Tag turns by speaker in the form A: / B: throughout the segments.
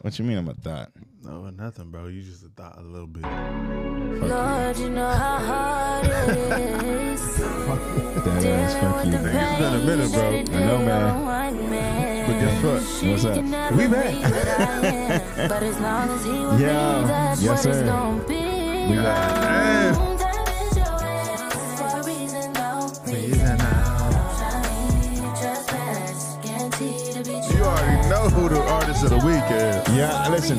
A: What you mean I'm a thought?
B: No, nothing, bro. You just thought a little bit.
C: Lord, you know how hard it is.
A: That ass, fuck you, man.
B: been a minute, bro.
C: Every
A: I know,
C: day
A: man.
C: I'm one man.
B: But guess what?
C: She
A: What's
C: can
A: up?
C: never
B: We
C: be
B: back.
C: what I am. But as long as he with
A: Yeah.
C: me, that's
A: Yes,
C: what it's
A: sir.
C: gonna be.
A: We back.
C: Sometimes your way, for a reason, no reason. Just best, guaranteed to be
B: You already know who the artist of the week is.
A: Yeah, listen.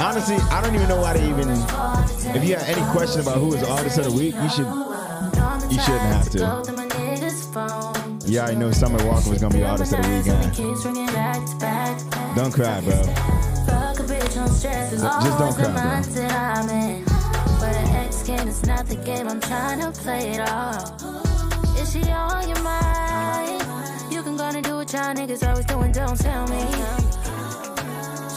A: Honestly, I don't even know why they even. If you have any question about who is artist of the week, you should.
C: You
A: shouldn't have to.
C: to.
A: You already know Summer Walker was gonna be artist of the week. man. Don't cry, bro.
C: Just
A: Uh, just don't cry, bro.
C: But an ex game is not the game I'm trying to play it all. Is she on your mind? You can go and do what y'all niggas always doing, don't tell me.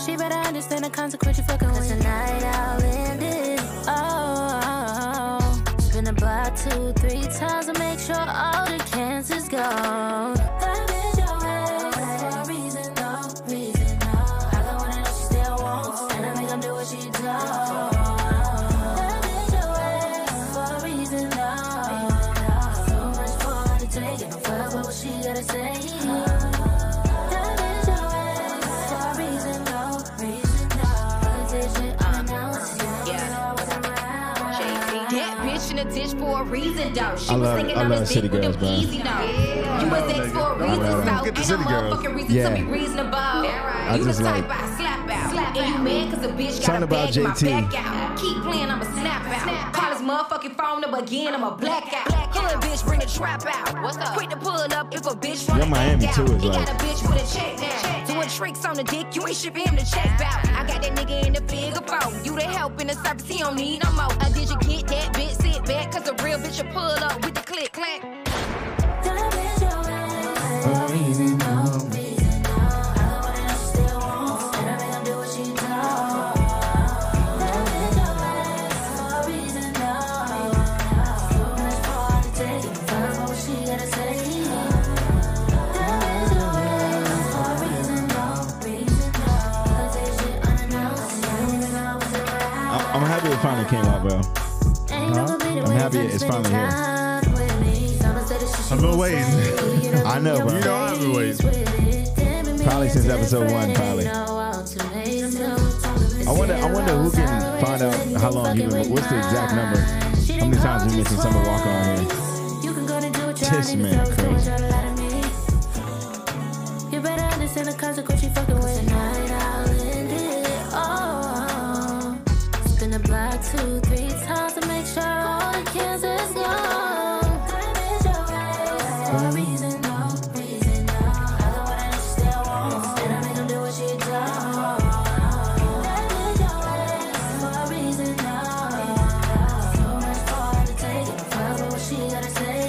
C: She better understand the consequence you fucking with. Tonight I'll end it. Oh, spin the block two, three times to make sure all the cancer's gone. That is your ass for a reason, no reason, no. I got one and she still won't, and I make 'em do what she do. That is your ass for a reason, no. So much for her to take, and I'm fucked with what she gotta say.
D: That bitch in a ditch for a reason, though. She
A: I
D: was
A: love-
D: thinking
A: I
D: I,
A: love
D: was
A: City
D: deep with
A: Girls,
D: them
A: bro.
D: easy, though. You was ex for a
B: I
D: reason,
B: love it.
D: so
B: Get
D: ain't
B: the
D: no
B: City Girls.
D: motherfucking reason
A: Yeah.
D: to be reasonable.
A: I
D: You the
A: just
D: type
A: like-
D: I slap out. and you mad cause a bitch got
A: Something
D: a
A: about
D: bag in my
A: JT.
D: back out. Keep playing, I'ma snap out. Call his motherfucking phone up again, I'ma black out. Hood bitch, bring the trap out. What's up? Quick to pull up if a bitch wanna
A: Your Miami
D: act
A: too
D: out.
A: is
D: He
A: like-
D: got a bitch with a check down. Doing tricks on the dick, you ain't shit for him to check out. I got that nigga in the figure phone. You the help in the service, he don't need no more. Uh, did you get that bitch? Sit back, cause a real bitch will pull up with the click clack.
A: I- I'm happy it finally came out, bro.
C: I'm
A: happy it's finally here.
B: I've been waiting.
A: I know, bro.
B: You know I've been waiting.
A: Probably since episode one, probably.
C: I
A: I wonder, I wonder who can find out how long you been. What's the exact number? How many times we mentioned Summer Walker on here?
C: You can go and do what you
A: This man crazy.
C: You better understand the consequence you fucking with. Tonight I'll end it all. Spin the block two, three times to make sure all the cancer's gone. That is your ass for a reason, no reason, no. I don't wanna know she still wants, and I make 'em do what she do. That is your ass for a reason, no. So much for her to take, and I'm fine with what she gotta say.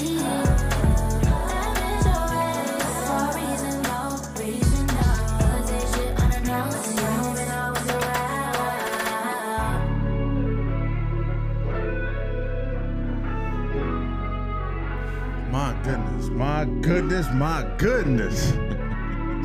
B: My goodness, my goodness, my goodness.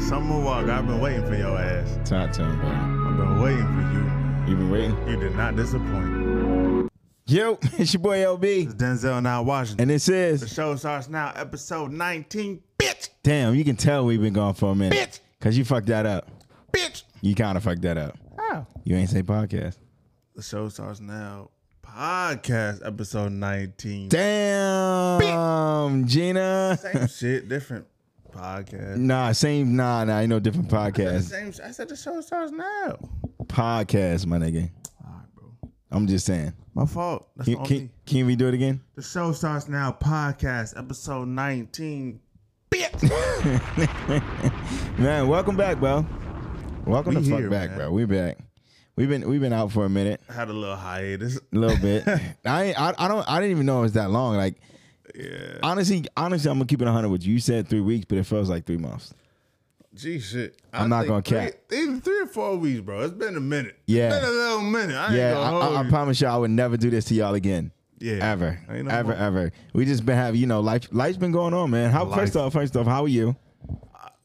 B: Summer Walker, I've been waiting for your ass.
A: Top ten, bro.
B: I've been waiting for
A: You been waiting?
B: you. You did not disappoint.
A: Yo, it's your boy
B: It's
A: LB,
B: Denzel and I Washington.
A: and this
B: The
A: is
B: show starts now, episode 19. Bitch,
A: damn. You can tell we've been gone for a minute,
B: Bitch.
A: Cause you fucked that up.
B: bitch.
A: You kind of fucked that up.
B: Oh.
A: You ain't say podcast.
B: The show starts now, podcast episode 19.
A: Damn, Gina.
B: Same shit, different podcast.
A: Nah, same. Nah, nah. You know, different podcast.
B: Same. sh- I said the show starts now.
A: Podcast, my nigga.
B: All right, bro.
A: I'm just saying.
B: My fault. That's
A: Can,
B: on
A: can,
B: me.
A: can we do it again?
B: The show starts now, podcast episode 19.
A: Man, welcome back, bro. Welcome
B: We
A: the fuck
B: here,
A: back,
B: man.
A: bro. We back. We've been we've been out for a minute,
B: I had a little hiatus.
A: a little bit. I, ain't- I I don't I didn't even know it was that long. Like
B: Yeah.
A: honestly, honestly, I'm gonna keep it 100 with you. You said three weeks, but it feels like three months.
B: Gee, shit.
A: I'm not gonna
B: think three- Even three or four weeks, bro. It's been a minute.
A: Yeah.
B: It's been a little minute. I ain't
A: Yeah,
B: gonna
A: I,
B: hold
A: I, I
B: you.
A: promise you, I would never do this to y'all again.
B: Yeah.
A: ever,
B: Ain't no
A: ever,
B: more.
A: ever. We just been having, you know, life. Life's been going on, man. How
B: Life.
A: first off, first off, how are you?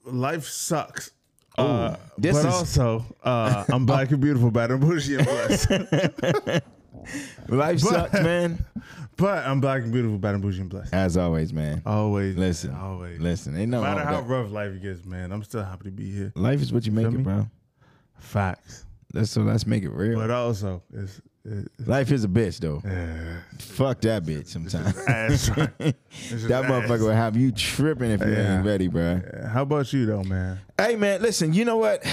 B: Life sucks. Uh,
A: this
B: but
A: is-
B: also, uh, I'm black and beautiful, better than bougie and blessed.
A: Life sucks, man.
B: but I'm black and beautiful, better than bougie and blessed.
A: As always, man.
B: Always,
A: listen,
B: always.
A: listen. Ain't no
B: No Oh, matter
A: wrong
B: how
A: with
B: rough life gets, man, I'm still happy to be here.
A: that. life is what you make
B: Feel
A: it,
B: me?
A: bro.
B: Facts,
A: That's so. Let's make it real.
B: but also it's, it's
A: life is a bitch, though. Fuck that bitch. Sometimes
B: ass. that
A: that motherfucker will have you tripping if you
B: Yeah.
A: ain't ready, bro.
B: How about you though, man?
A: Hey man, listen, you know what?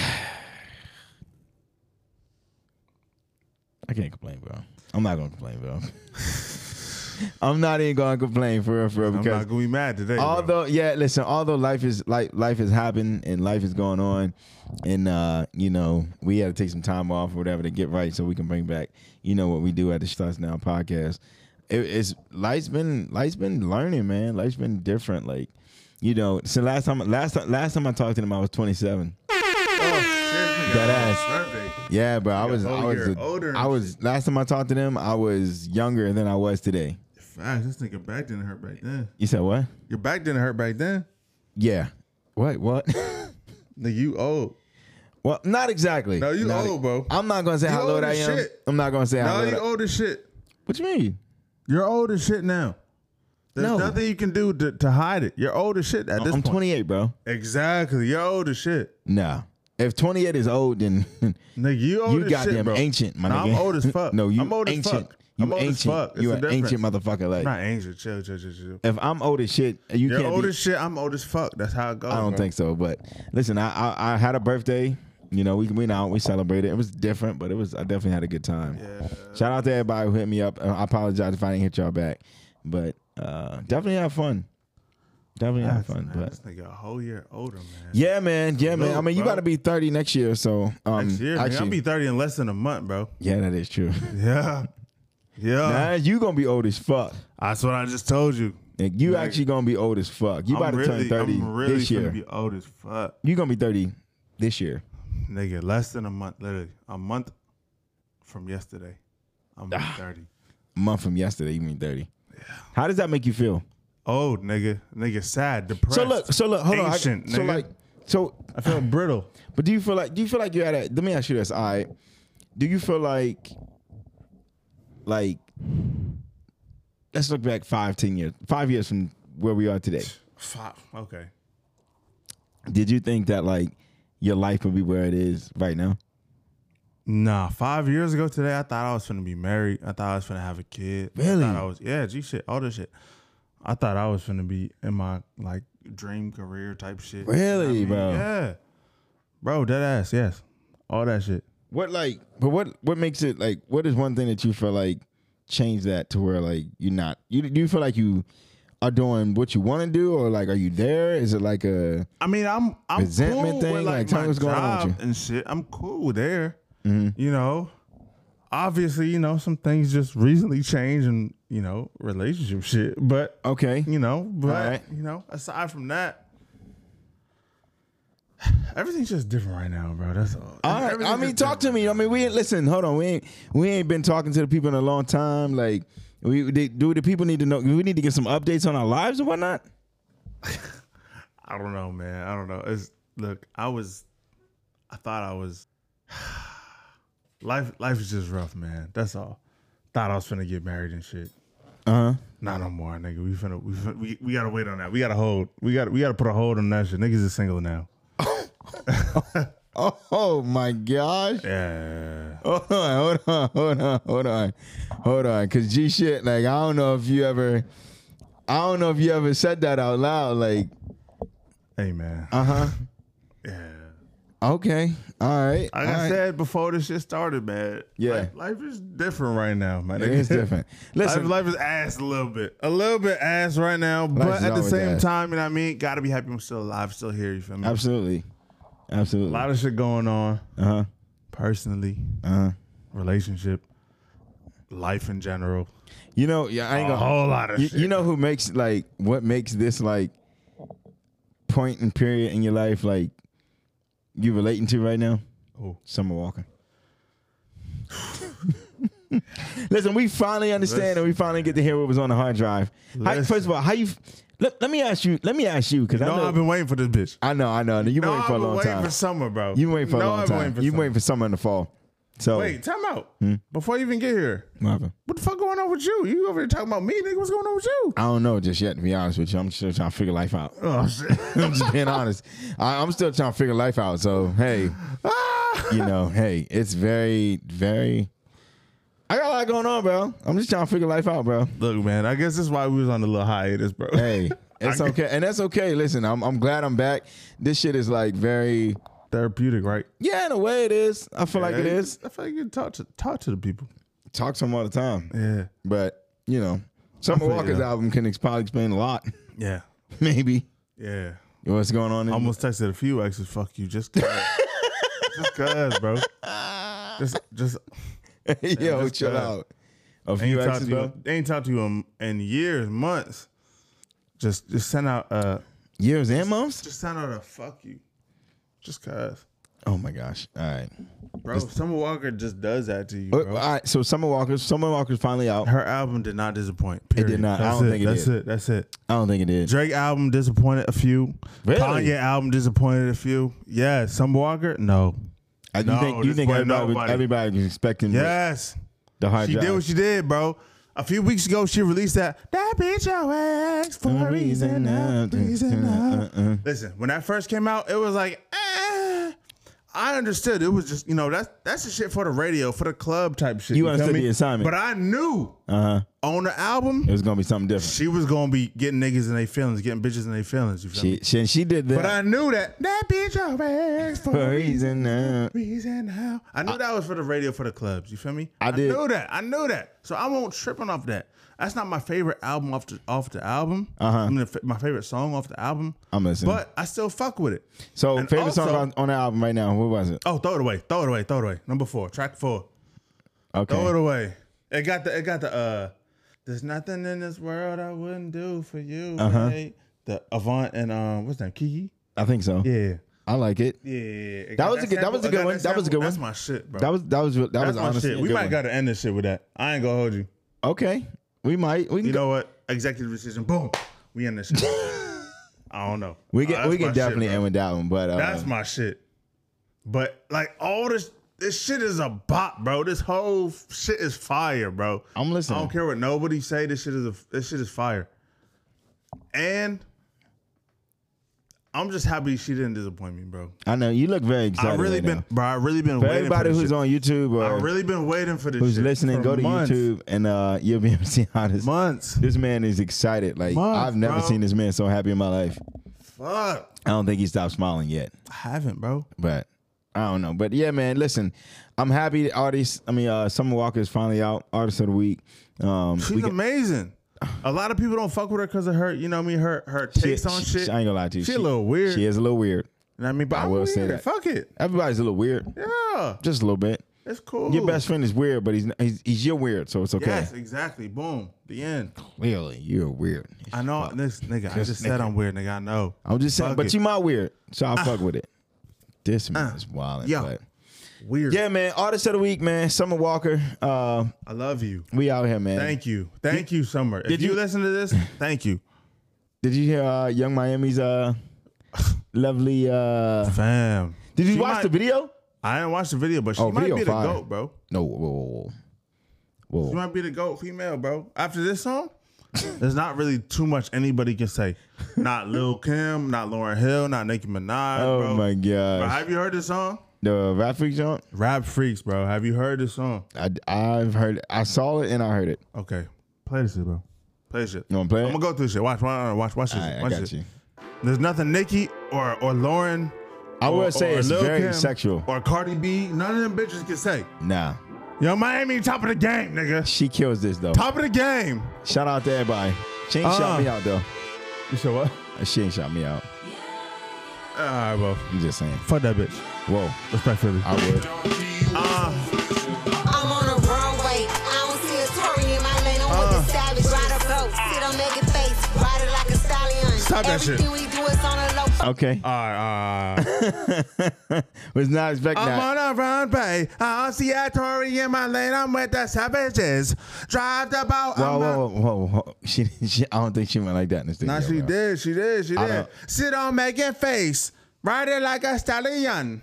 A: I can't complain, bro. I'm not gonna complain, bro. I'm not even gonna complain for real, for real,
B: I'm
A: because
B: not gonna be mad today. bro.
A: although yeah, listen, although life is like life is happening and life is going on, and uh, you know we had to take some time off or whatever to get right so we can bring back you know what we do at the Starts Now podcast. It, it's life's been life's been learning, man. Life's been different, like you know. So last time last time last time I talked to them, I was 27. That ass. Yeah, bro. I was, I
B: whole
A: was,
B: year
A: a-
B: older and
A: I was. Last time I talked to them, I was younger than I was today.
B: Facts. This nigga back didn't hurt back then.
A: You said what?
B: Your back didn't hurt back then.
A: Yeah. What? What?
B: Nigga, you old.
A: well, not exactly.
B: No, you
A: Not-
B: old, bro.
A: I'm not gonna say
B: You
A: how
B: old
A: old I
B: as
A: am.
B: shit.
A: I'm not gonna say how
B: No,
A: old.
B: you
A: I-
B: old as shit.
A: What you mean?
B: You're old as shit now. There's
A: No.
B: nothing you can do to, to hide it. You're old as shit at this
A: I'm
B: point.
A: 28, bro.
B: Exactly. You're old as shit.
A: No. If 28 is old, then
B: Nigga, you old
A: you
B: as
A: goddamn
B: shit, bro.
A: ancient, my
B: Nah,
A: nigga.
B: I'm old as fuck.
A: no, you
B: I'm old
A: ancient.
B: as fuck.
A: You
B: I'm old
A: ancient.
B: as fuck. It's
A: you
B: a
A: an ancient
B: difference.
A: motherfucker. Like,
B: Not ancient. Chill, chill, chill, chill.
A: if I'm old as shit, you
B: You're
A: can't
B: old
A: be
B: as shit. I'm old as fuck. That's how it goes.
A: I don't
B: bro.
A: think so. But listen, I, I I had a birthday. You know, we went out, we celebrated. It was different, but it was I definitely had a good time. Shout out to everybody who hit me up. Uh, I apologize if I didn't hit y'all back, but uh, definitely have fun. Definitely have
B: That's-
A: fun.
B: man,
A: But
B: This nigga a whole year older, man.
A: yeah, man, yeah, man. I
B: Look,
A: mean, you
B: bro.
A: got to be thirty next year, so um,
B: Next year, nigga,
A: actually,
B: I'll be 30 in less than a month, bro.
A: yeah, that is true.
B: Yeah. Yeah.
A: nah, you gonna be old as fuck.
B: That's what I just told you.
A: Like, you actually gonna be old as fuck. You about
B: I'm
A: to turn
B: really,
A: thirty
B: I'm really
A: this year.
B: finna be old as fuck.
A: you gonna be thirty this year.
B: Nigga, less than a month, literally. A month from yesterday. I'm
A: Ah.
B: 30.
A: A month from yesterday, you mean thirty. How does that make you feel?
B: Old nigga. Nigga sad, depressed.
A: So look, so look, hold
B: Ancient,
A: on. I- so
B: nigga.
A: like, so,
B: I feel brittle.
A: but do you feel like do you feel like you're at a? Let me ask you this. All right, do you feel like, like, let's look back five, ten years, five years from where we are today.
B: Fuck. Okay.
A: Did you think that like your life would be where it is right now?
B: Nah, five years ago today, I thought I was finna be married. I thought I was finna have a kid.
A: Really?
B: I thought I was yeah, G shit, all this shit. I thought I was finna be in my like dream career type shit. You know what I
A: Really,
B: mean?
A: bro?
B: Yeah. Bro, dead ass, yes. All that shit.
A: What like, but what what makes it like? What is one thing that you feel like change that to where like you're not? You do you feel like you are doing what you want to do, or like are you there? Is it like a
B: I mean, I'm I'm
A: Resentment
B: cool
A: thing?
B: with,
A: Like,
B: like,
A: tell me
B: my
A: what's going on with Mm-hmm.
B: job and shit. I'm cool there. You know, obviously, you know, some things just recently changed and you know relationship shit. But
A: okay?
B: you know, but
A: Alright.
B: you know, aside from that. Everything's just different right now, bro. That's all.
A: All right. I
B: Everything's
A: mean,
B: just
A: talk to
B: different.
A: me. I mean, we ain't listen. Hold on, we ain't we ain't been talking to the people in a long time. Like, we they, do the people need to know? We need to get some updates on our lives and whatnot.
B: I don't know, man. I don't know. It's look, I was I thought I was life life is just rough, man. That's all. Thought I was finna get married and shit.
A: Uh huh.
B: Nah, no more, nigga. We finna we finna, we, we gotta wait on that. We gotta hold. We gotta we gotta put a hold on that shit. Niggas is single now.
A: Oh, oh my gosh.
B: Yeah.
A: Hold on, hold on, hold on, hold on, hold on. Cause G shit. Like, I don't know if you ever, I don't know if you ever said that out loud. Like,
B: Hey man.
A: uh huh.
B: yeah.
A: Okay. All right.
B: Like
A: all
B: I
A: right.
B: said before this shit started, man.
A: Yeah.
B: Life, life is different right now, man.
A: it is different.
B: Life,
A: Listen,
B: life is ass a little bit, a little bit ass right now,
A: is
B: but at the
A: always
B: same
A: ass.
B: time, you know what I mean. Gotta be happy I'm still alive, still here. You feel me?
A: absolutely, absolutely.
B: A lot of shit going on
A: Uh huh.
B: personally,
A: Uh huh.
B: relationship, life in general.
A: You know, yeah, I ain't
B: A
A: gonna.
B: whole lot of
A: you,
B: shit.
A: you know who makes like what makes this like point and period in your life like you relating to right now?
B: Who?
A: Summer Walker. Listen, we finally understand and we finally get to hear what was on the hard drive. How, first of all, how you Let, let me ask you. Let me ask you because
B: No,
A: I know.
B: I've been waiting for this bitch.
A: I know. I know. You've been
B: No,
A: waiting
B: I've
A: for a
B: been
A: long
B: waiting
A: time.
B: for summer, bro.
A: You've been waiting for a
B: No,
A: long
B: I've been
A: time.
B: for
A: You've been
B: summer.
A: waiting for Hmm? summer in the fall. So
B: Wait, time out. Before you even get here,
A: what happened?
B: what the fuck going on with you? You over here talking about me, nigga? What's going on with you?
A: I don't know just yet. To be honest with you, I'm still trying to figure life out.
B: Oh shit.
A: I'm just being honest. I, I'm still trying to figure life out. So hey,
B: Ah!
A: you know, hey, it's very, very. I got a lot going on, bro. I'm just trying to figure life out, bro.
B: Look, man, I guess that's why we was on the little hiatus, bro.
A: Hey, it's okay, and that's okay. Listen, I'm I'm glad I'm back. This shit is like very,
B: Therapeutic, right?
A: yeah, in a way it is. I feel like it
B: Yeah,
A: is.
B: I feel like you can talk to talk to the people.
A: Talk to him all the time,
B: Yeah.
A: but you know, Summer
B: feel you,
A: Walker's
B: though.
A: album can ex- probably explain a lot.
B: Yeah.
A: Maybe
B: Yeah.
A: what's going on. In,
B: Almost texted a few exes, fuck you, just cuz. just cuz, bro. Just just
A: yo,
B: just
A: chill
B: bad.
A: out. A
B: ain't
A: few
B: talked
A: exes,
B: to
A: bro.
B: you ain't talked to you in, in years, months. Just just send out uh
A: Years and months.
B: just send out a fuck you. Just cuz.
A: Oh my gosh. All right.
B: Bro, Summer Walker just does that to you,
A: Uh,
B: bro.
A: all right. So Summer Walker's Summer Walker's finally out.
B: her album did not disappoint. Period.
A: not. I
B: That's
A: don't
B: it.
A: think it
B: That's
A: did.
B: it. That's it.
A: I don't think it did.
B: Drake album disappointed a few.
A: Really?
B: Kanye album disappointed a few. Yeah, Summer Walker. No.
A: I, Uh, you
B: No,
A: think you
B: this
A: think
B: boy
A: everybody was,
B: nobody.
A: everybody was expecting the,
B: Yes.
A: the hard
B: She
A: drive?
B: did what she did, bro. A few weeks ago, she released that. That bitch your ex for a reason. uh, reason uh."
A: Uh-huh.
B: Listen, when that first came out, it was like, eh. I understood. It was just, you know, that's that's the shit for the radio, for the club type shit.
A: You
B: feel
A: understood
B: me?
A: the assignment.
B: But I knew
A: Uh-huh.
B: on the album,
A: It was gonna be something different.
B: she was gonna be getting niggas in their feelings, getting bitches in their feelings. You feel
A: She
B: me?
A: she, she did that.
B: But I knew that that bitch always for
A: for a
B: a
A: reason. uh,
B: reason how. I knew that was for the radio for the clubs. You feel me?
A: I did.
B: knew that. I knew that. So I won't tripping off that. That's not my favorite album off the off the album. Uh huh. I mean, the fa- my favorite song off the album.
A: Uh-huh. I'm listening.
B: But I still fuck with it.
A: so
B: And
A: favorite song
B: also-
A: on, on the album right now. What was it?
B: Oh, throw it away. Throw it away. Throw it away. Number four, track four.
A: Okay.
B: Throw it away. It got the it got the uh there's nothing in this world I wouldn't do for you.
A: Uh-huh.
B: mate. The Avant and um what's that? Kiki?
A: I think so.
B: Yeah.
A: I like it.
B: Yeah. It
A: That
B: got
A: was a good- that was a
B: sample- it
A: good
B: got
A: one. That was a good
B: sample. That's
A: one.
B: my shit, bro.
A: That was that was that
B: That's
A: was
B: my
A: honestly.
B: shit.
A: a
B: We
A: good
B: might
A: one.
B: gotta end this shit with that. I ain't gonna hold you.
A: Okay. We might. We can
B: You
A: go-
B: know what? Executive decision. Boom. We end this shit. I don't know.
A: we
B: Uh,
A: can
B: that's
A: we
B: my
A: can
B: shit,
A: definitely
B: bro.
A: end with that one. But uh,
B: That's my shit. But like all this this shit is a bop, bro. This whole f- shit is fire, bro.
A: I'm listening.
B: I don't care what nobody say. This shit is a this shit is fire. And I'm just happy she didn't disappoint me, bro.
A: I know you look very excited.
B: I really
A: right
B: been,
A: now.
B: bro. I really been
A: For
B: waiting for
A: everybody
B: this
A: who's
B: shit.
A: on YouTube
B: I
A: or
B: really been waiting for this.
A: who's
B: shit
A: listening,
B: for
A: go to
B: months,
A: YouTube and uh, you'll be able to see how this.
B: Months.
A: This man is excited. Like
B: Months,
A: I've never
B: bro.
A: seen this man so happy in my life.
B: Fuck.
A: I don't think he stopped smiling yet,
B: I haven't, bro.
A: but I don't know. But yeah, man, listen, I'm happy. that Artist, I mean, uh, Summer Walker is finally out. Artist of the week. Um,
B: She's
A: we got-
B: amazing. A lot of people don't fuck with her because of her, you know what I mean, her her takes on
A: she-
B: shit.
A: I ain't gonna lie to you.
B: She a little weird.
A: She is a little weird.
B: You know what I mean? But I
A: will
B: will
A: say that.
B: Fuck it.
A: Everybody's a little weird,
B: Yeah.
A: just a little bit.
B: It's cool.
A: Your best friend is weird, but he's he's, he's your weird, so it's okay.
B: Yes, exactly. Boom. The end.
A: Clearly, you're weird.
B: I know this nigga. I
A: Just
B: just said
A: nigga.
B: I'm weird, nigga. I know.
A: I'm just saying,
B: Fuck
A: but
B: it.
A: you my weird, so I'll fuck with it. This man is wild.
B: yeah.
A: But.
B: weird.
A: Ah. Yeah, man. Artist of the week, man. Summer Walker. Uh,
B: I love you.
A: we out here, man.
B: Thank you. Thank you, Summer. If
A: Did
B: you,
A: you-
B: listen to this, thank you.
A: Did you hear uh, Young Miami's uh, lovely? Uh,
B: Fam.
A: did you
B: She
A: watch
B: might-
A: the video?
B: I didn't watch the video, but she
A: Oh,
B: might
A: video
B: be the
A: fire.
B: GOAT, bro.
A: No. Whoa, whoa, whoa.
B: She
A: whoa.
B: might be the GOAT female, bro. After this song, there's not really too much anybody can say. Not Lil Kim, not Lauren Hill, not Nicki Minaj,
A: Oh
B: bro.
A: my
B: Bro,
A: gosh.
B: have you heard this song?
A: The rap freak jump.
B: Rap Freaks, bro. Have you heard this song?
A: I, I've heard. It. I saw it and I heard it.
B: Okay. Play this shit, bro. Play this shit.
A: You wanna play it?
B: I'm gonna go through this shit. Watch, watch, watch, watch this.
A: All right, I
B: watch
A: got
B: this.
A: you.
B: There's nothing Nikki or or Lauren.
A: I
B: or,
A: would say
B: or
A: it's
B: Lil
A: very
B: Kim
A: sexual.
B: Or Cardi B. None of them bitches can say.
A: Nah,
B: Yo, Miami, top of the game, nigga.
A: she kills this though.
B: Top of the game.
A: Shout out to everybody. She ain't
B: Uh.
A: shot me out though.
B: You said what?
A: She ain't shot me out.
B: All right, bro.
A: I'm just saying.
B: Fuck that bitch.
A: Whoa,
B: Respectfully.
A: I would.
B: Uh,
E: I'm on a runway. I don't see a Tory in my lane.
B: Uh.
E: I'm with the savage. Ride a boat. Sit on naked face. Ride it like a stallion.
B: Stop that shit.
E: Everything we do is It's on a low.
A: Okay.
B: All right, all right.
A: Was not expecting
B: I'm
A: that.
B: on a run, babe. I see a Tory in my lane. I'm with the savages. Drive the boat.
A: Whoa,
B: I'm
A: whoa,
B: not-
A: whoa, whoa, whoa. She, she, I don't think she went like that in the studio.
B: Nah, she
A: bro.
B: did. She did. She
A: I
B: did.
A: don't-
B: Sit on Megan face. Ride it like a stallion.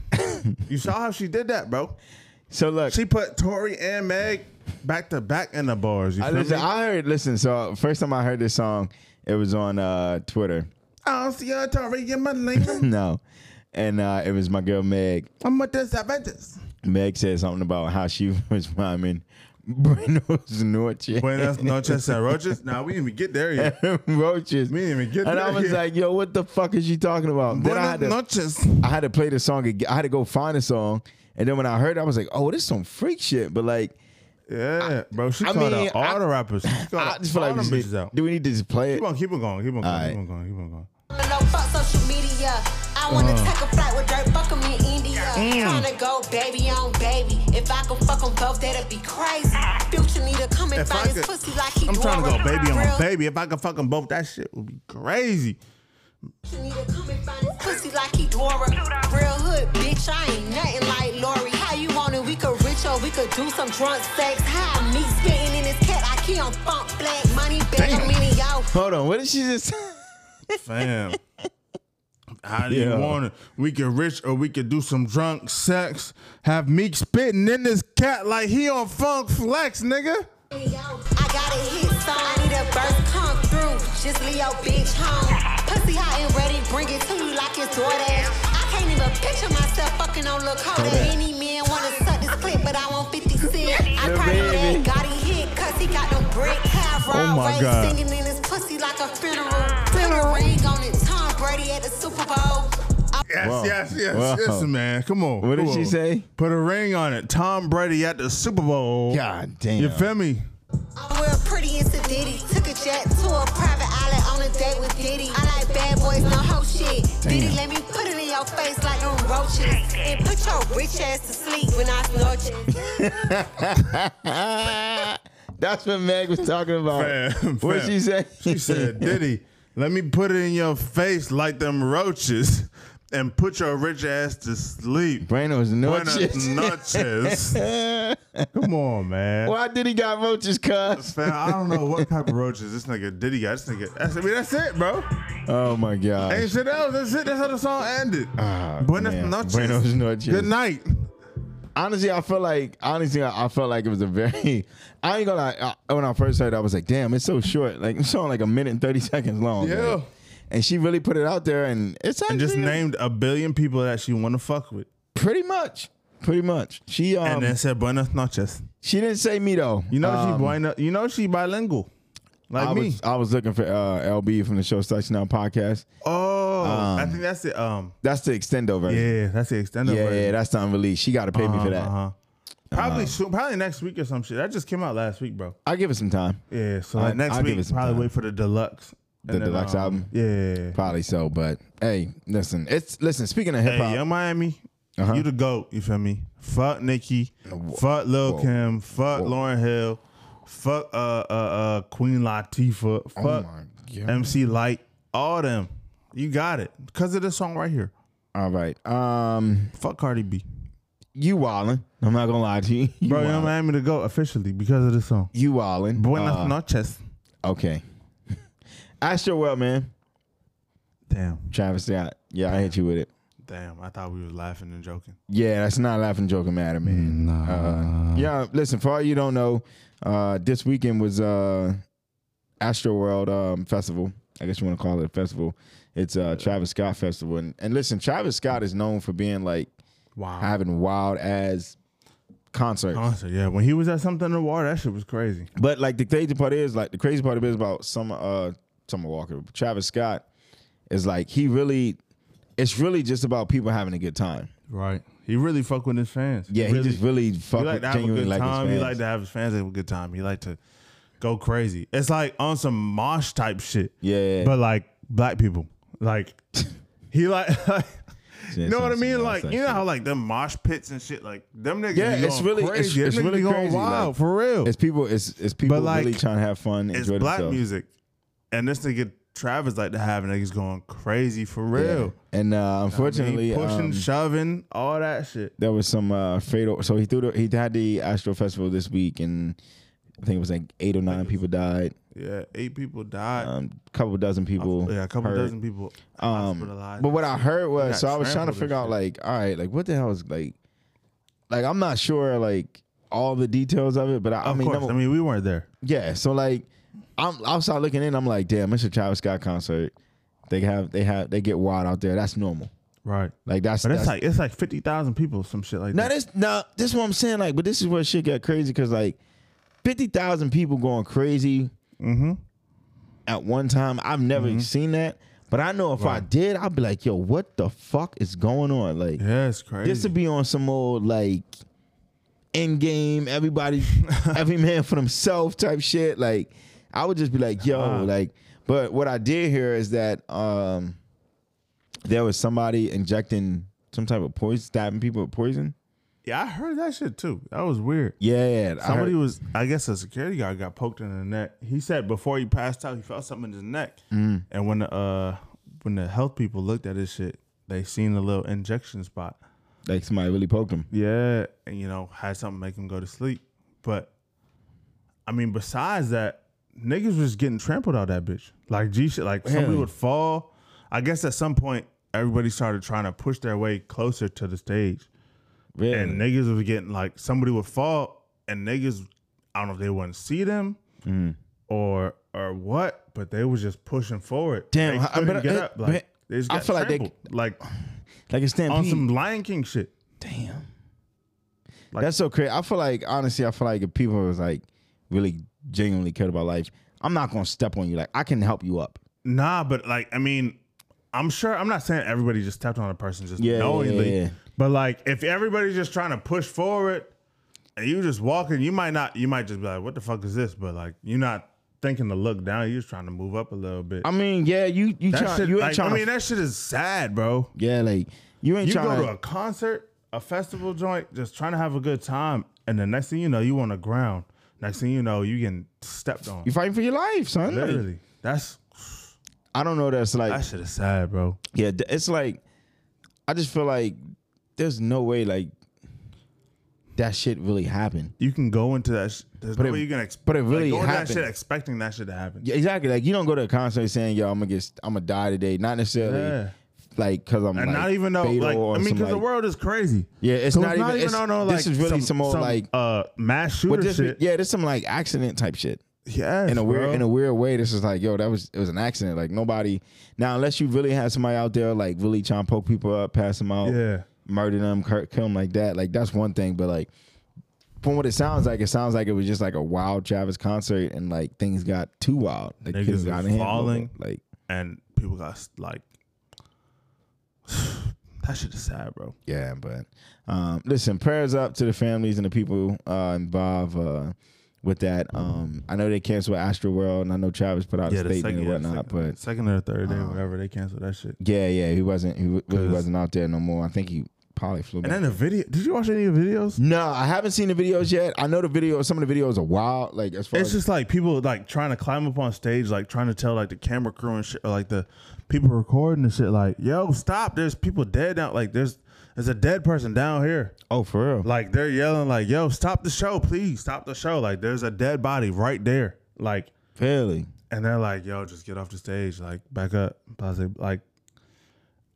B: you saw how she did that, bro.
A: So look,
B: She put Tori and Meg back to back in the bars. You
A: I,
B: feel
A: listen,
B: me?
A: I heard. Listen, so first time I heard this song, it was on uh, Twitter.
B: I don't see a Tory in my lane.
A: No, and uh, it was my girl Meg.
B: I'm with the savages.
A: Meg said something about how she was rhyming Buenos noches.
B: Buenas noches, Roaches. Now we didn't even get there yet.
A: roaches.
B: We didn't even get
A: and I
B: there
A: was
B: yet.
A: like, yo, what the fuck is she talking about? Then I had
B: Buenas
A: to,
B: noches.
A: I had to play the song. ag- I had to go find the song. And then when I heard it, I was like, oh, this is some freak shit. But like,
B: Yeah, bro. She
A: I
B: called
A: mean,
B: out all
A: I-
B: the rappers. She called
A: I
B: out
A: just feel
B: all
A: like we
B: them
A: should,
B: bitches out.
A: do we need to just play it?
B: Keep on, keep on going, keep on going,
A: Alright.
B: keep on going, keep on going.
E: No fuck social media. I wanna
B: Uh.
E: take a flight with Drake, fuck 'em in India. Tryna go baby on baby. If I could fuck 'em both, that'd be crazy. Future need to come and
B: If I
E: find his
B: could-
E: pussy like he
B: I'm
E: do
B: trying to
E: on
B: go baby
E: real.
B: on baby. If I could fuck them both, that shit would be crazy.
E: Future need to come and find his pussy like he do on real. Real hood, bitch, I ain't nothing like Lori. How you want it? We could rich or we could do some drunk sex. How me spitting in his cat like he on funk black money bag.
A: Damn.
E: I'm in it, yo.
A: Hold on. What did she just
B: Fam. How do
A: Yeah.
B: you want it? We could rich or we could do some drunk sex. Have Meek spitting in this cat like he on funk flex, nigga.
E: I got a hit song, I need a burst come through. Just leave your bitch home. Pussy hot and ready, bring it to you like it's DoorDash. I can't even picture myself fucking on Lil Kodak. Any man wanna suck this clip, but I want 50 cent. I
A: Lil
E: probably
A: baby.
E: that got a hit, cause he got no brick. Have
B: Oh
E: Rod
B: my
E: Ray
B: God.
E: singing in his pussy like a funeral. Funeral ring on it, Tom Brady at the Super Bowl. I-
B: Yes,
A: Wow.
B: yes, yes,
A: Wow.
B: yes, man. Come on.
A: What did
B: come
A: she
B: on.
A: say?
B: Put a ring on it. Tom Brady at the Super Bowl.
A: God damn.
B: You feel me?
E: I wear pretty and sedity. Took a jet to a private island on a date with Diddy. I like bad boys, no hoe shit. Diddy let me put it in your face like them roaches. And put your rich ass to sleep when I snort you.
A: That's what Meg was talking about.
B: Fam,
A: what did
B: fam.
A: she say?
B: She said, Diddy, let me put it in your face like them roaches and put your rich ass to sleep.
A: Buenos
B: Buenas
A: noches.
B: noches. Come on, man.
A: Why did he got roaches, cuz?
B: Fam, I don't know what type of roaches this nigga Diddy got. This nigga, that's, I mean, that's it, bro.
A: Oh my
B: Ain't
A: gosh.
B: shit else. That's it. That's how the song ended.
A: Ah,
B: Buenas
A: man.
B: noches.
A: Buenos noches.
B: Good night.
A: Honestly, I felt like honestly, I I felt like it was a very. I ain't gonna lie. I, when I first heard, it, I was like, "Damn, it's so short. Like it's only like a minute and thirty seconds long."
B: Yeah.
A: like. and she really put it out there, and it's actually
B: And just named a billion people that she want to fuck with.
A: pretty much, pretty much. She um,
B: And then said Buenas noches.
A: she didn't say me though.
B: You know
A: Um,
B: she bueno, You know she bilingual, like
A: I
B: me.
A: was I was looking for uh, LB from the Show Starts Now podcast.
B: oh, I
A: Um,
B: think that's it. Um,
A: That's the extendo version.
B: yeah, that's the extended
A: yeah,
B: version.
A: yeah, that's the unreleased. She got to pay me for that.
B: Uh-huh. Probably soon, probably next week or some shit. That just came out last week, bro.
A: I'll give it some time.
B: Yeah, so
A: I-
B: like next
A: I'll give
B: week
A: it some
B: probably
A: time.
B: wait for the deluxe.
A: The
B: And then,
A: deluxe
B: um,
A: album?
B: Yeah.
A: Probably so, but hey, listen, it's listen. Speaking of hip
B: Hey,
A: hop,
B: Young Miami,
A: Uh-huh.
B: you the goat. You feel me? Fuck Nicki, fuck Lil
A: whoa,
B: Kim, fuck
A: whoa.
B: Lauren Hill, fuck uh uh uh Queen Latifah, fuck
A: Oh my God.
B: MC Light, all them. You got it because of this song right here.
A: all right, um,
B: Fuck Cardi B,
A: you wildin'. I'm not gonna lie to you, you
B: bro. Young
A: wildin'.
B: Miami the goat officially because of this song.
A: You wildin'.
B: Buenas
A: Uh,
B: noches.
A: Okay, Astro World, man.
B: Damn,
A: Travis Scott. Yeah, I hit you with it.
B: damn. I thought we was laughing and joking.
A: Yeah, that's not laughing, joking matter, man. Nah. Uh, yeah, listen. For all you don't know, uh, this weekend was uh, Astro World um, Festival. I guess you want to call it a festival. It's uh, Travis Scott Festival, and, and listen, Travis Scott is known for being like
B: Wow.
A: having wild as concerts.
B: Concert, yeah. When he was at something in the water, that shit was crazy.
A: But like the crazy part is like the crazy part of it is about some uh Summer Walker, Travis Scott is like he really it's really just about people having a good time.
B: Right. He really fuck with his fans.
A: Yeah, he just really
B: He
A: fucking
B: like to have a
A: genuinely
B: good
A: like his
B: time.
A: fans.
B: He like to have his fans have a good time. He like to go crazy. It's like on some mosh type shit.
A: Yeah.
B: But like black people. Like he like
A: Yeah,
B: You know what I
A: some-
B: mean?
A: some
B: Like
A: mosh
B: you know
A: type
B: how like them mosh pits and shit. Like them niggas.
A: Yeah,
B: be
A: it's
B: going
A: really- it's-
B: crazy. Them
A: it's
B: niggas be
A: really
B: going
A: crazy,
B: wild
A: like-
B: for real.
A: it's people it's it's people
B: like,
A: really trying to have fun,
B: it's
A: enjoy
B: black
A: themselves.
B: music, and this nigga Travis like to have niggas going crazy for real.
A: And uh,
B: I mean,
A: unfortunately,
B: pushing,
A: um,
B: shoving, all that shit.
A: there was some uh, fatal. So he threw. The, he had the Astro Festival this week, and I think it was like eight or nine people died.
B: Yeah, eight people died.
A: Um, couple dozen people.
B: yeah, a couple
A: hurt.
B: dozen people
A: Um,
B: hospitalized.
A: but what I heard was,
B: got
A: so I was trying to
B: trampled and
A: figure out,
B: shit.
A: like, all right, like, what the hell is like, like, I'm not sure, like, all the details of it, but I, I
B: of
A: mean,
B: course,
A: number-
B: I mean, we weren't there.
A: yeah. So like, I'm outside looking in. I'm like, damn, it's a Travis Scott concert. They have, they have, they get wild out there. That's normal.
B: Right.
A: Like that's,
B: But it's
A: that's
B: like it's like fifty thousand people, some shit like
A: Now
B: that.
A: this now this is what I'm saying. Like, but this is where shit got crazy because like fifty thousand people going crazy
B: Mm-hmm.
A: at one time. I've never seen that. But I know if I did, I'd be like, yo, what the fuck is going on? Like
B: yeah, it's crazy.
A: this would be on some old like end game, everybody every man for themselves type shit. Like I would just be like, yo, like but what I did hear is that um there was somebody injecting some type of poison, stabbing people with poison.
B: yeah, I heard that shit too. That was weird.
A: Yeah, I
B: Somebody
A: heard-
B: was, I guess, a security guard got poked in the neck. He said before he passed out, he felt something in his neck,
A: Mm.
B: and when the uh, when the health people looked at his shit, they seen a little injection spot.
A: like somebody really poked him.
B: Yeah, and you know, had something make him go to sleep. But I mean, besides that, niggas was getting trampled out that bitch. Like G shit, like somebody
A: Really?
B: would fall. I guess at some point everybody started trying to push their way closer to the stage.
A: Really?
B: And niggas was getting like somebody would fall and niggas I don't know if they wouldn't see them
A: Mm.
B: or or what, but they was just pushing forward.
A: Damn,
B: They
A: I- I
B: couldn't
A: bet-
B: get
A: I-
B: up. Like,
A: but
B: they just
A: I
B: got
A: feel like they-
B: trampled. like
A: like a
B: on
A: stampede.
B: some Lion King shit.
A: Damn,
B: Like-
A: that's so crazy. I feel like honestly, I feel like if people was like really genuinely cared about life, I'm not gonna step on you. Like I can help you up.
B: Nah, but like I mean, I'm sure I'm not saying everybody just stepped on a person just
A: Yeah, yeah,
B: knowingly.
A: yeah, yeah.
B: But like if everybody's just trying to push forward and you just walking, you might not you might just be like, What the fuck is this? But like you're not thinking to look down, you're just trying to move up a little bit.
A: I mean, yeah, you you
B: that
A: trying
B: shit,
A: you ain't
B: like,
A: trying.
B: I mean,
A: to,
B: that shit is sad, bro.
A: yeah, like you ain't
B: You
A: trying.
B: go to a concert, a festival joint, just trying to have a good time, and the next thing you know, you on the ground. Next thing you know, you getting stepped on.
A: you fighting for your life, son. Like,
B: Literally. That's
A: I don't know. That's like
B: that shit is sad, bro.
A: yeah, th- it's like I just feel like there's no way like that shit really happened.
B: you can go into that. Sh- there's
A: But
B: no
A: it-
B: way you can. Ex-
A: but it really
B: like, go into that
A: happened.
B: shit expecting that shit to happen.
A: Yeah, exactly. Like you don't go to a concert saying, "Yo, I'm gonna get, I'm gonna die today." Not necessarily,
B: Yeah.
A: like, cause I'm
B: And
A: like,
B: not even though,
A: fatal
B: like,
A: or
B: I mean,
A: some,
B: because the
A: like-
B: world is crazy.
A: Yeah, it's
B: So
A: not even- it's-
B: on no,
A: this is really some more, like-
B: uh mass shooter
A: But this,
B: shit.
A: yeah, there's some like accident type shit.
B: yes,
A: In a
B: bro.
A: weird, in a weird way, this is like, yo, that was it was an accident. Like nobody. Now, unless you really had somebody out there, like really trying to poke people up, pass them out,
B: Yeah.
A: murder them, cur- kill them like that. Like that's one thing. But like, from what it sounds like, it sounds like it was just like a wild Travis concert, and like things got too wild. Like
B: Niggas
A: kids got
B: was
A: in hand a little
B: falling.
A: bit. Like
B: and people got like that shit is sad, bro.
A: Yeah, but um, listen, prayers up to the families and the people uh, involved uh, with that. Um, I know they canceled Astro World, and I know Travis put out a statement and
B: yeah,
A: whatnot,
B: second,
A: but Oh.
B: second or third day, whatever, they canceled that shit.
A: yeah, yeah, he wasn't, he w- really
B: 'Cause-
A: wasn't out there no more. I think he probably flew
B: And
A: back.
B: then the video. Did you watch any of the videos?
A: no, I haven't seen the videos yet. I know the video. Some of the videos are wild. Like as far
B: It's
A: as
B: just like people like trying to climb up on stage, like trying to tell like the camera crew and shit, or like the people recording and shit, like yo, stop! There's people dead down. Like there's there's a dead person down here.
A: oh, for real,
B: Like they're yelling, like yo, stop the show, please stop the show. Like there's a dead body right there. Like
A: really.
B: and they're like, yo, just get off the stage, like back up. I was like, like,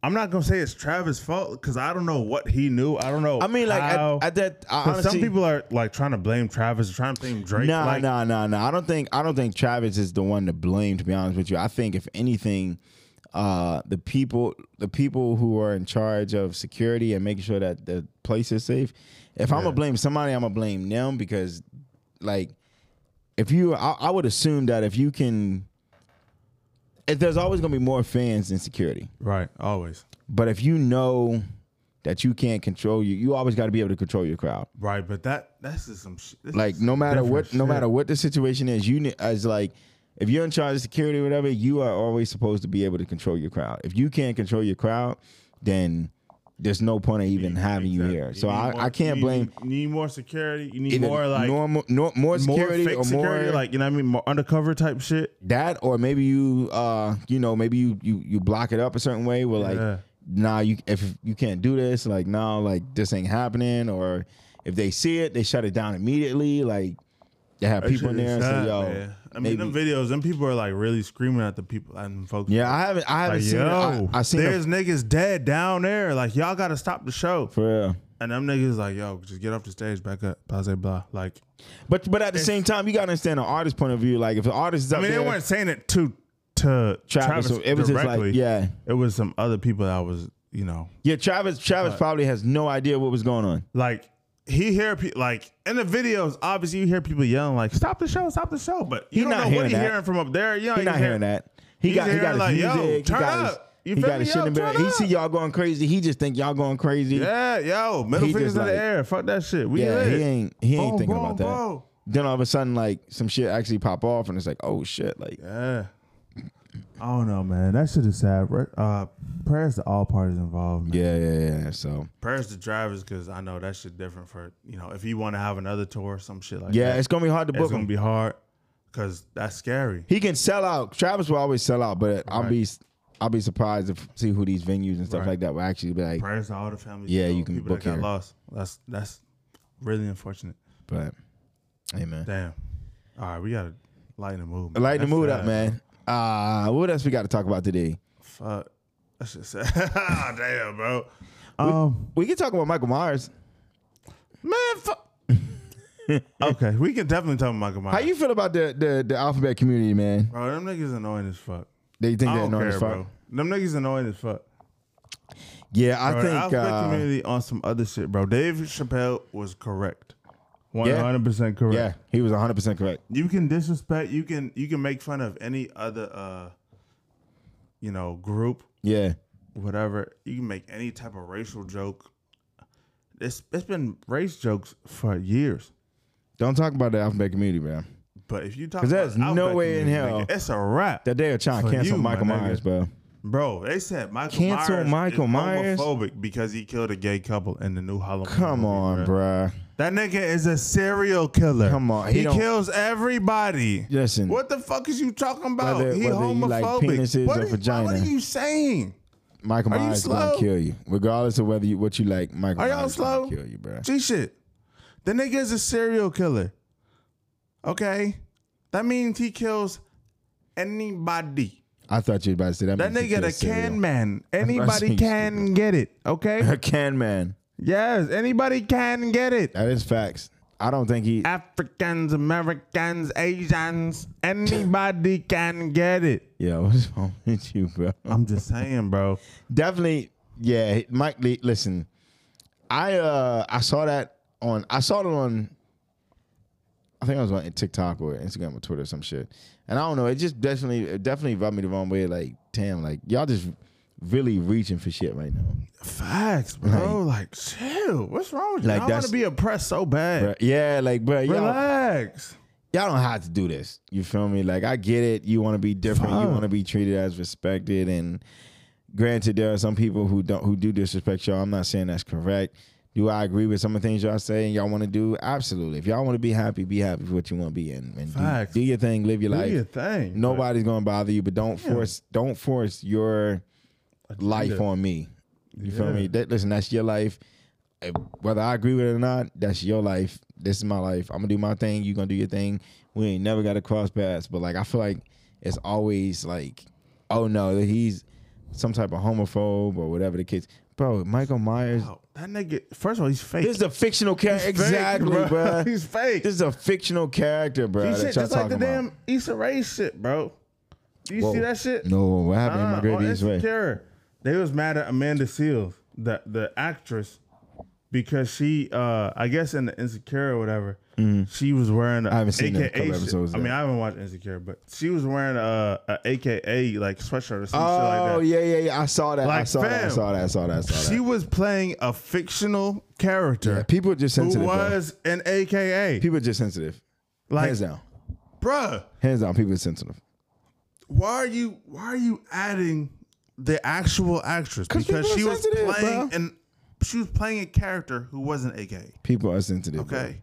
B: I'm not gonna say it's Travis' fault because I don't know what he knew. I don't know.
A: I mean, like
B: how.
A: at, at that, I
B: 'Cause
A: honestly,
B: some people are like trying to blame Travis, trying to blame Drake.
A: No,
B: like,
A: no, no, no. I don't think I don't think Travis is the one to blame. To be honest with you, I think if anything, uh, the people the people who are in charge of security and making sure that the place is safe. If I'm gonna blame somebody, I'm gonna blame them because, like, if you, I, I would assume that if you can, if there's always gonna be more fans than security.
B: Right, always.
A: But if you know that you can't control you, you always got to be able to control your crowd.
B: Right, but that that's just some shit. this
A: like
B: is
A: no matter
B: different
A: what no
B: shit.
A: matter what the situation is you ne- as like if you're in charge of security or whatever you are always supposed to be able to control your crowd if you can't control your crowd then there's no point of even having you
B: Exactly.
A: here. So
B: need
A: I,
B: more-
A: I can't
B: you
A: blame
B: Need, you need more security. You need
A: either
B: more like
A: normal, nor, more security
B: fake
A: or more
B: security, like you know what I mean, more undercover type shit.
A: that, or maybe you, uh, you know, maybe you you you block it up a certain way where like,
B: Yeah.
A: nah, you if you can't do this, like, nah, like this ain't happening, or if they see it, they shut it down immediately. Like they have
B: That
A: people
B: shit
A: in there, and
B: is
A: say,
B: sad,
A: yo,
B: man. I mean,
A: maybe-
B: them videos, them people are like really screaming at the people and folks.
A: yeah, I haven't, I haven't
B: like,
A: seen,
B: yo,
A: it. I, I seen
B: there's
A: it
B: niggas dead down there. Like y'all gotta stop the show.
A: for real.
B: And them niggas like, yo, just get off the stage, back up, blah blah blah. Like,
A: But but at the same time, you gotta understand the artist point of view. Like if the artist is up
B: I mean,
A: there,
B: they weren't saying it to to
A: Travis,
B: Travis.
A: so it was just like,
B: directly.
A: yeah.
B: it was some other people that was, you know,
A: yeah, Travis Travis probably has no idea what was going on.
B: like he hear pe- like in the videos. Obviously, you hear people yelling like, "Stop the show, stop the show!" But you
A: He
B: don't
A: not
B: know what
A: hearing
B: he
A: that.
B: hearing from up there. You know,
A: He's not hearing that. He
B: he's
A: got he got
B: hearing
A: his
B: like,
A: music.
B: yo,
A: he
B: turn
A: got his,
B: up. You
A: he
B: feel
A: got
B: me?
A: his
B: Yo,
A: shit in
B: turn
A: He see
B: up.
A: y'all going crazy. He just think y'all going crazy.
B: Yeah, yo, middle
A: He
B: fingers
A: just
B: in the
A: like-
B: air. Fuck that shit. We
A: Yeah,
B: lit.
A: he ain't he ain't
B: Boom,
A: thinking
B: boom,
A: about that.
B: boom.
A: Then all of a sudden, like some shit actually pop off, and it's like, oh shit, like
B: Yeah. I don't know, man. That shit is sad. Re- Uh, prayers to all parties involved. Man.
A: yeah, yeah, yeah. So
B: Prayers to drivers because I know that shit different for you know if you want to have another tour, some shit like
A: yeah,
B: that.
A: it's gonna be hard to
B: it's
A: book
B: gonna
A: him.
B: be hard because that's scary.
A: he can sell out. Travis will always sell out, but I'll
B: Right.
A: be I'll be surprised if see who these venues and stuff
B: Right.
A: like that will actually be like.
B: Prayers to all the families.
A: Yeah,
B: you, know,
A: you can
B: people
A: book
B: that got
A: here.
B: lost. That's that's really unfortunate.
A: But hey, man,
B: Damn. All right, we gotta lighten the mood. man.
A: lighten the
B: That's
A: mood up,
B: sad.
A: man. Uh what else we got to talk about today?
B: Fuck. That shit sad. Damn, bro. Um,
A: We can talk about Michael Myers.
B: man. Fuck. okay, we can definitely talk about Michael Myers.
A: How you feel about the the, the alphabet community, man?
B: Bro, them niggas annoying as fuck.
A: They think
B: I
A: they're
B: don't
A: annoying
B: care,
A: as
B: bro.
A: fuck.
B: Them niggas annoying as fuck.
A: Yeah, I
B: Bro, the
A: think
B: alphabet
A: uh,
B: community on some other shit, bro. Dave Chappelle was correct. One
A: Yeah.
B: hundred percent correct.
A: yeah, he was 100 percent correct.
B: You can disrespect. You can you can make fun of any other, uh you know, group,
A: Yeah,
B: whatever. You can make any type of racial joke. It's it's been race jokes for years,
A: don't talk about the alphabet community, man.
B: but if you talk,
A: 'Cause
B: about
A: there's no
B: Outback
A: way in
B: community,
A: hell
B: nigga, it's a wrap.
A: That they are trying to
B: For
A: cancel
B: you, my
A: Michael
B: nigga.
A: Myers, bro.
B: Bro, they said Michael
A: Cancel
B: Myers
A: Michael
B: is
A: Myers?
B: homophobic because he killed a gay couple in the new Halloween.
A: Come
B: movie,
A: on,
B: bruh.
A: bruh.
B: That nigga is a serial killer.
A: Come on, he
B: he,
A: don't-
B: kills everybody.
A: Listen.
B: what the fuck is you talking about?
A: Whether-
B: he
A: whether you like
B: homophobic.
A: penises
B: what,
A: or
B: are- what
A: vagina.
B: are you saying?
A: Michael
B: Are you
A: Myers is gonna
B: slow?
A: kill you, regardless of whether you what you like. Michael
B: Are y'all
A: Myers is gonna
B: slow?
A: kill you, bro.
B: G shit. The nigga is a serial killer. Okay, that means he kills anybody.
A: I thought you were about to say that.
B: That
A: means he
B: nigga, the
A: kills
B: can
A: cereal.
B: man. Anybody
A: saying
B: can get it. Okay.
A: a can man.
B: yes, anybody can get it.
A: That is facts. I don't think he.
B: Africans, Americans, Asians, anybody can get it.
A: Yeah, what's wrong with you, bro?
B: I'm just saying, bro.
A: Definitely, yeah. Mike, Lee, listen, I uh I saw that on I saw it on. I think I was on TikTok or Instagram or Twitter or some shit, and I don't know. It just definitely it definitely rubbed me the wrong way. Like, damn, like y'all just really reaching for shit right now.
B: Facts, bro. Like, chill. What's wrong with you?
A: Like,
B: I want
A: that's-
B: to be oppressed so bad.
A: Bruh, yeah, like, bro, y'all,
B: Relax.
A: y'all don't have to do this. You feel me? Like I get it. You want to be different. You
B: Fuck.
A: want to be treated as respected. And granted, there are some people who don't who do disrespect y'all. I'm not saying that's correct. Do I agree with some of the things y'all say and y'all want to do? Absolutely. If y'all want to be happy, be happy for what you want to be in. And do,
B: Facts.
A: do your thing, live your
B: Do
A: life.
B: your thing.
A: Nobody's gonna bother you, but don't force don't force your life
B: Agenda.
A: on me. You feel
B: Yeah.
A: me? That listen, that's your life. Eh, Whether I agree with it or not, that's your life. This is my life. I'm gonna do my thing. You gonna do your thing. We ain't never gotta cross paths. But like, I feel like it's always like, oh no, he's some type of homophobe or whatever the case. Bro, Michael Myers.
B: Oh, that nigga, first of all, he's fake.
A: This is a fictional character.
B: He's fake,
A: Exactly,
B: bruh.
A: bro.
B: He's fake.
A: This is a fictional character, bro.
B: He
A: that
B: shit
A: y'all
B: just like the
A: talking about.
B: damn Issa Rae shit, bro. Do you
A: Whoa.
B: see that shit?
A: No, what happened in
B: Uh,
A: my
B: on
A: grade East way?
B: Insecure, they was mad at Amanda Seals, the the actress, because she, uh I guess, in the Insecure or whatever, she was wearing. I
A: Mm-hmm. I haven't seen them
B: AKA
A: couple
B: shit.
A: episodes
B: I
A: yet.
B: mean, I haven't watched Insecure, but she was wearing a, a AKA like sweatshirt or some shit like that.
A: Oh yeah, yeah, yeah. I saw that. I
B: Like,
A: saw that. I
B: fam,
A: saw that. I saw that. I saw that.
B: She was playing a fictional character.
A: Yeah, people are just
B: who
A: sensitive, bro.
B: was an AKA.
A: people are just sensitive.
B: like,
A: Hands down.
B: bruh,
A: Hands down. People are sensitive.
B: why are you why are you adding the actual actress?
A: 'Cause
B: Because
A: people are
B: she was
A: sensitive,
B: playing
A: bro.
B: an she was playing a character who wasn't a gay.
A: People are sensitive. bro.
B: Okay.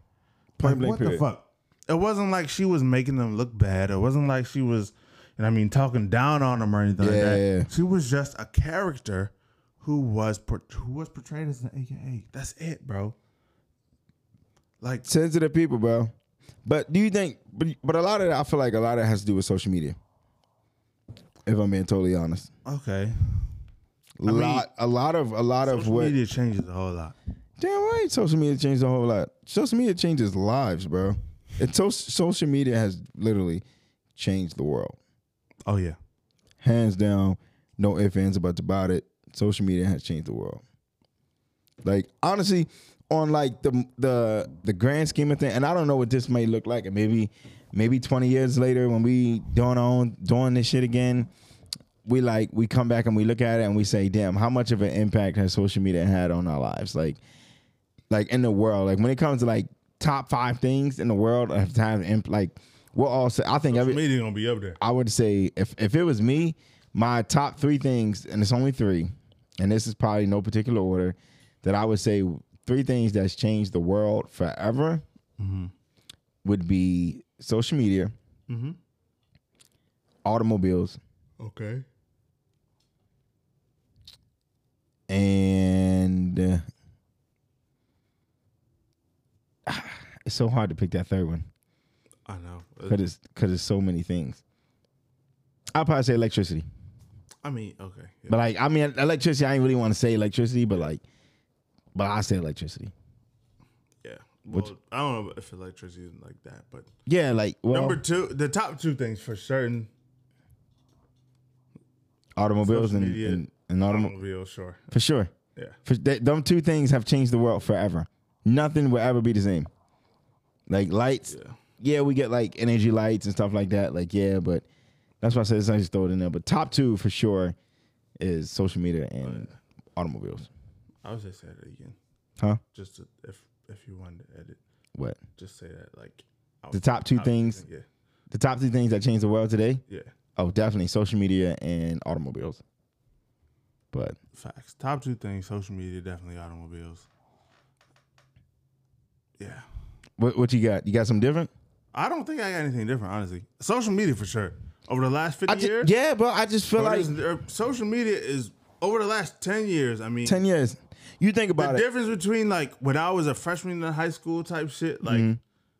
A: Point blank
B: what the
A: period.
B: fuck? It wasn't like she was making them look bad. It wasn't like she was, and I mean, talking down on them or anything like
A: Yeah,
B: that.
A: yeah, yeah.
B: She was just a character who was port- who was portrayed as an AKA. That's it, bro. Like,
A: Sensitive people, bro. But do you think? But, but a lot of that, I feel like a lot of it has to do with social media. If I'm being totally honest,
B: okay,
A: a lot, a lot of, a lot of
B: social
A: what.
B: media changes a whole lot.
A: Damn right, social media changed a whole lot. Social media changes lives, bro. It's so, social media has literally changed the world,
B: Oh yeah,
A: hands down. No ifs ands about about it. Social media has changed the world. Like honestly, on like the the the grand scheme of thing, and I don't know what this may look like, and maybe maybe twenty years later when we doing our own doing this shit again, we like we come back and we look at it and we say, damn, how much of an impact has social media had on our lives? Like, like in the world, like when it comes to like top five things in the world of time, imp- like we're all. I think every
B: media gonna be up there.
A: I would say if if it was me, my top three things, and it's only three, and this is probably no particular order, that I would say three things that's changed the world forever would be social media, automobiles,
B: Okay,
A: and uh, it's so hard to pick that third one
B: I know. Uh,
A: because it's because it's so many things. I'd probably say electricity.
B: I mean, okay, yeah.
A: But like, I mean, electricity. I ain't really want to say electricity, but like, but I say electricity.
B: yeah. Well, I don't know if electricity is like that, but
A: Yeah, like well,
B: number two, the top two things for certain,
A: automobiles
B: social
A: and,
B: media.
A: and, and automo-
B: automobile, sure,
A: for sure.
B: yeah,
A: For th- them two things have changed the world forever. Nothing will ever be the same. Like lights, yeah.
B: Yeah.
A: we get like energy lights and stuff like that. Like yeah, but that's why I said it's nice to throw it in there. But top two for sure is social media and automobiles.
B: I was just say that again.
A: Huh?
B: just to, if if you wanted to edit,
A: What?
B: just say that like
A: The top two things.
B: Yeah,
A: The top two things that changed the world today.
B: yeah,
A: Oh, definitely social media and automobiles. But
B: facts. Top two things: social media, definitely automobiles. Yeah,
A: what what you got? You got something different?
B: I don't think I got anything different, honestly. Social media for sure. Over the last fifty
A: I ju-
B: years,
A: yeah, but I just feel
B: or
A: like
B: is- or social media is over the last ten years. I mean,
A: ten years. You think
B: the
A: about it.
B: difference between like when I was a freshman in high school type shit, like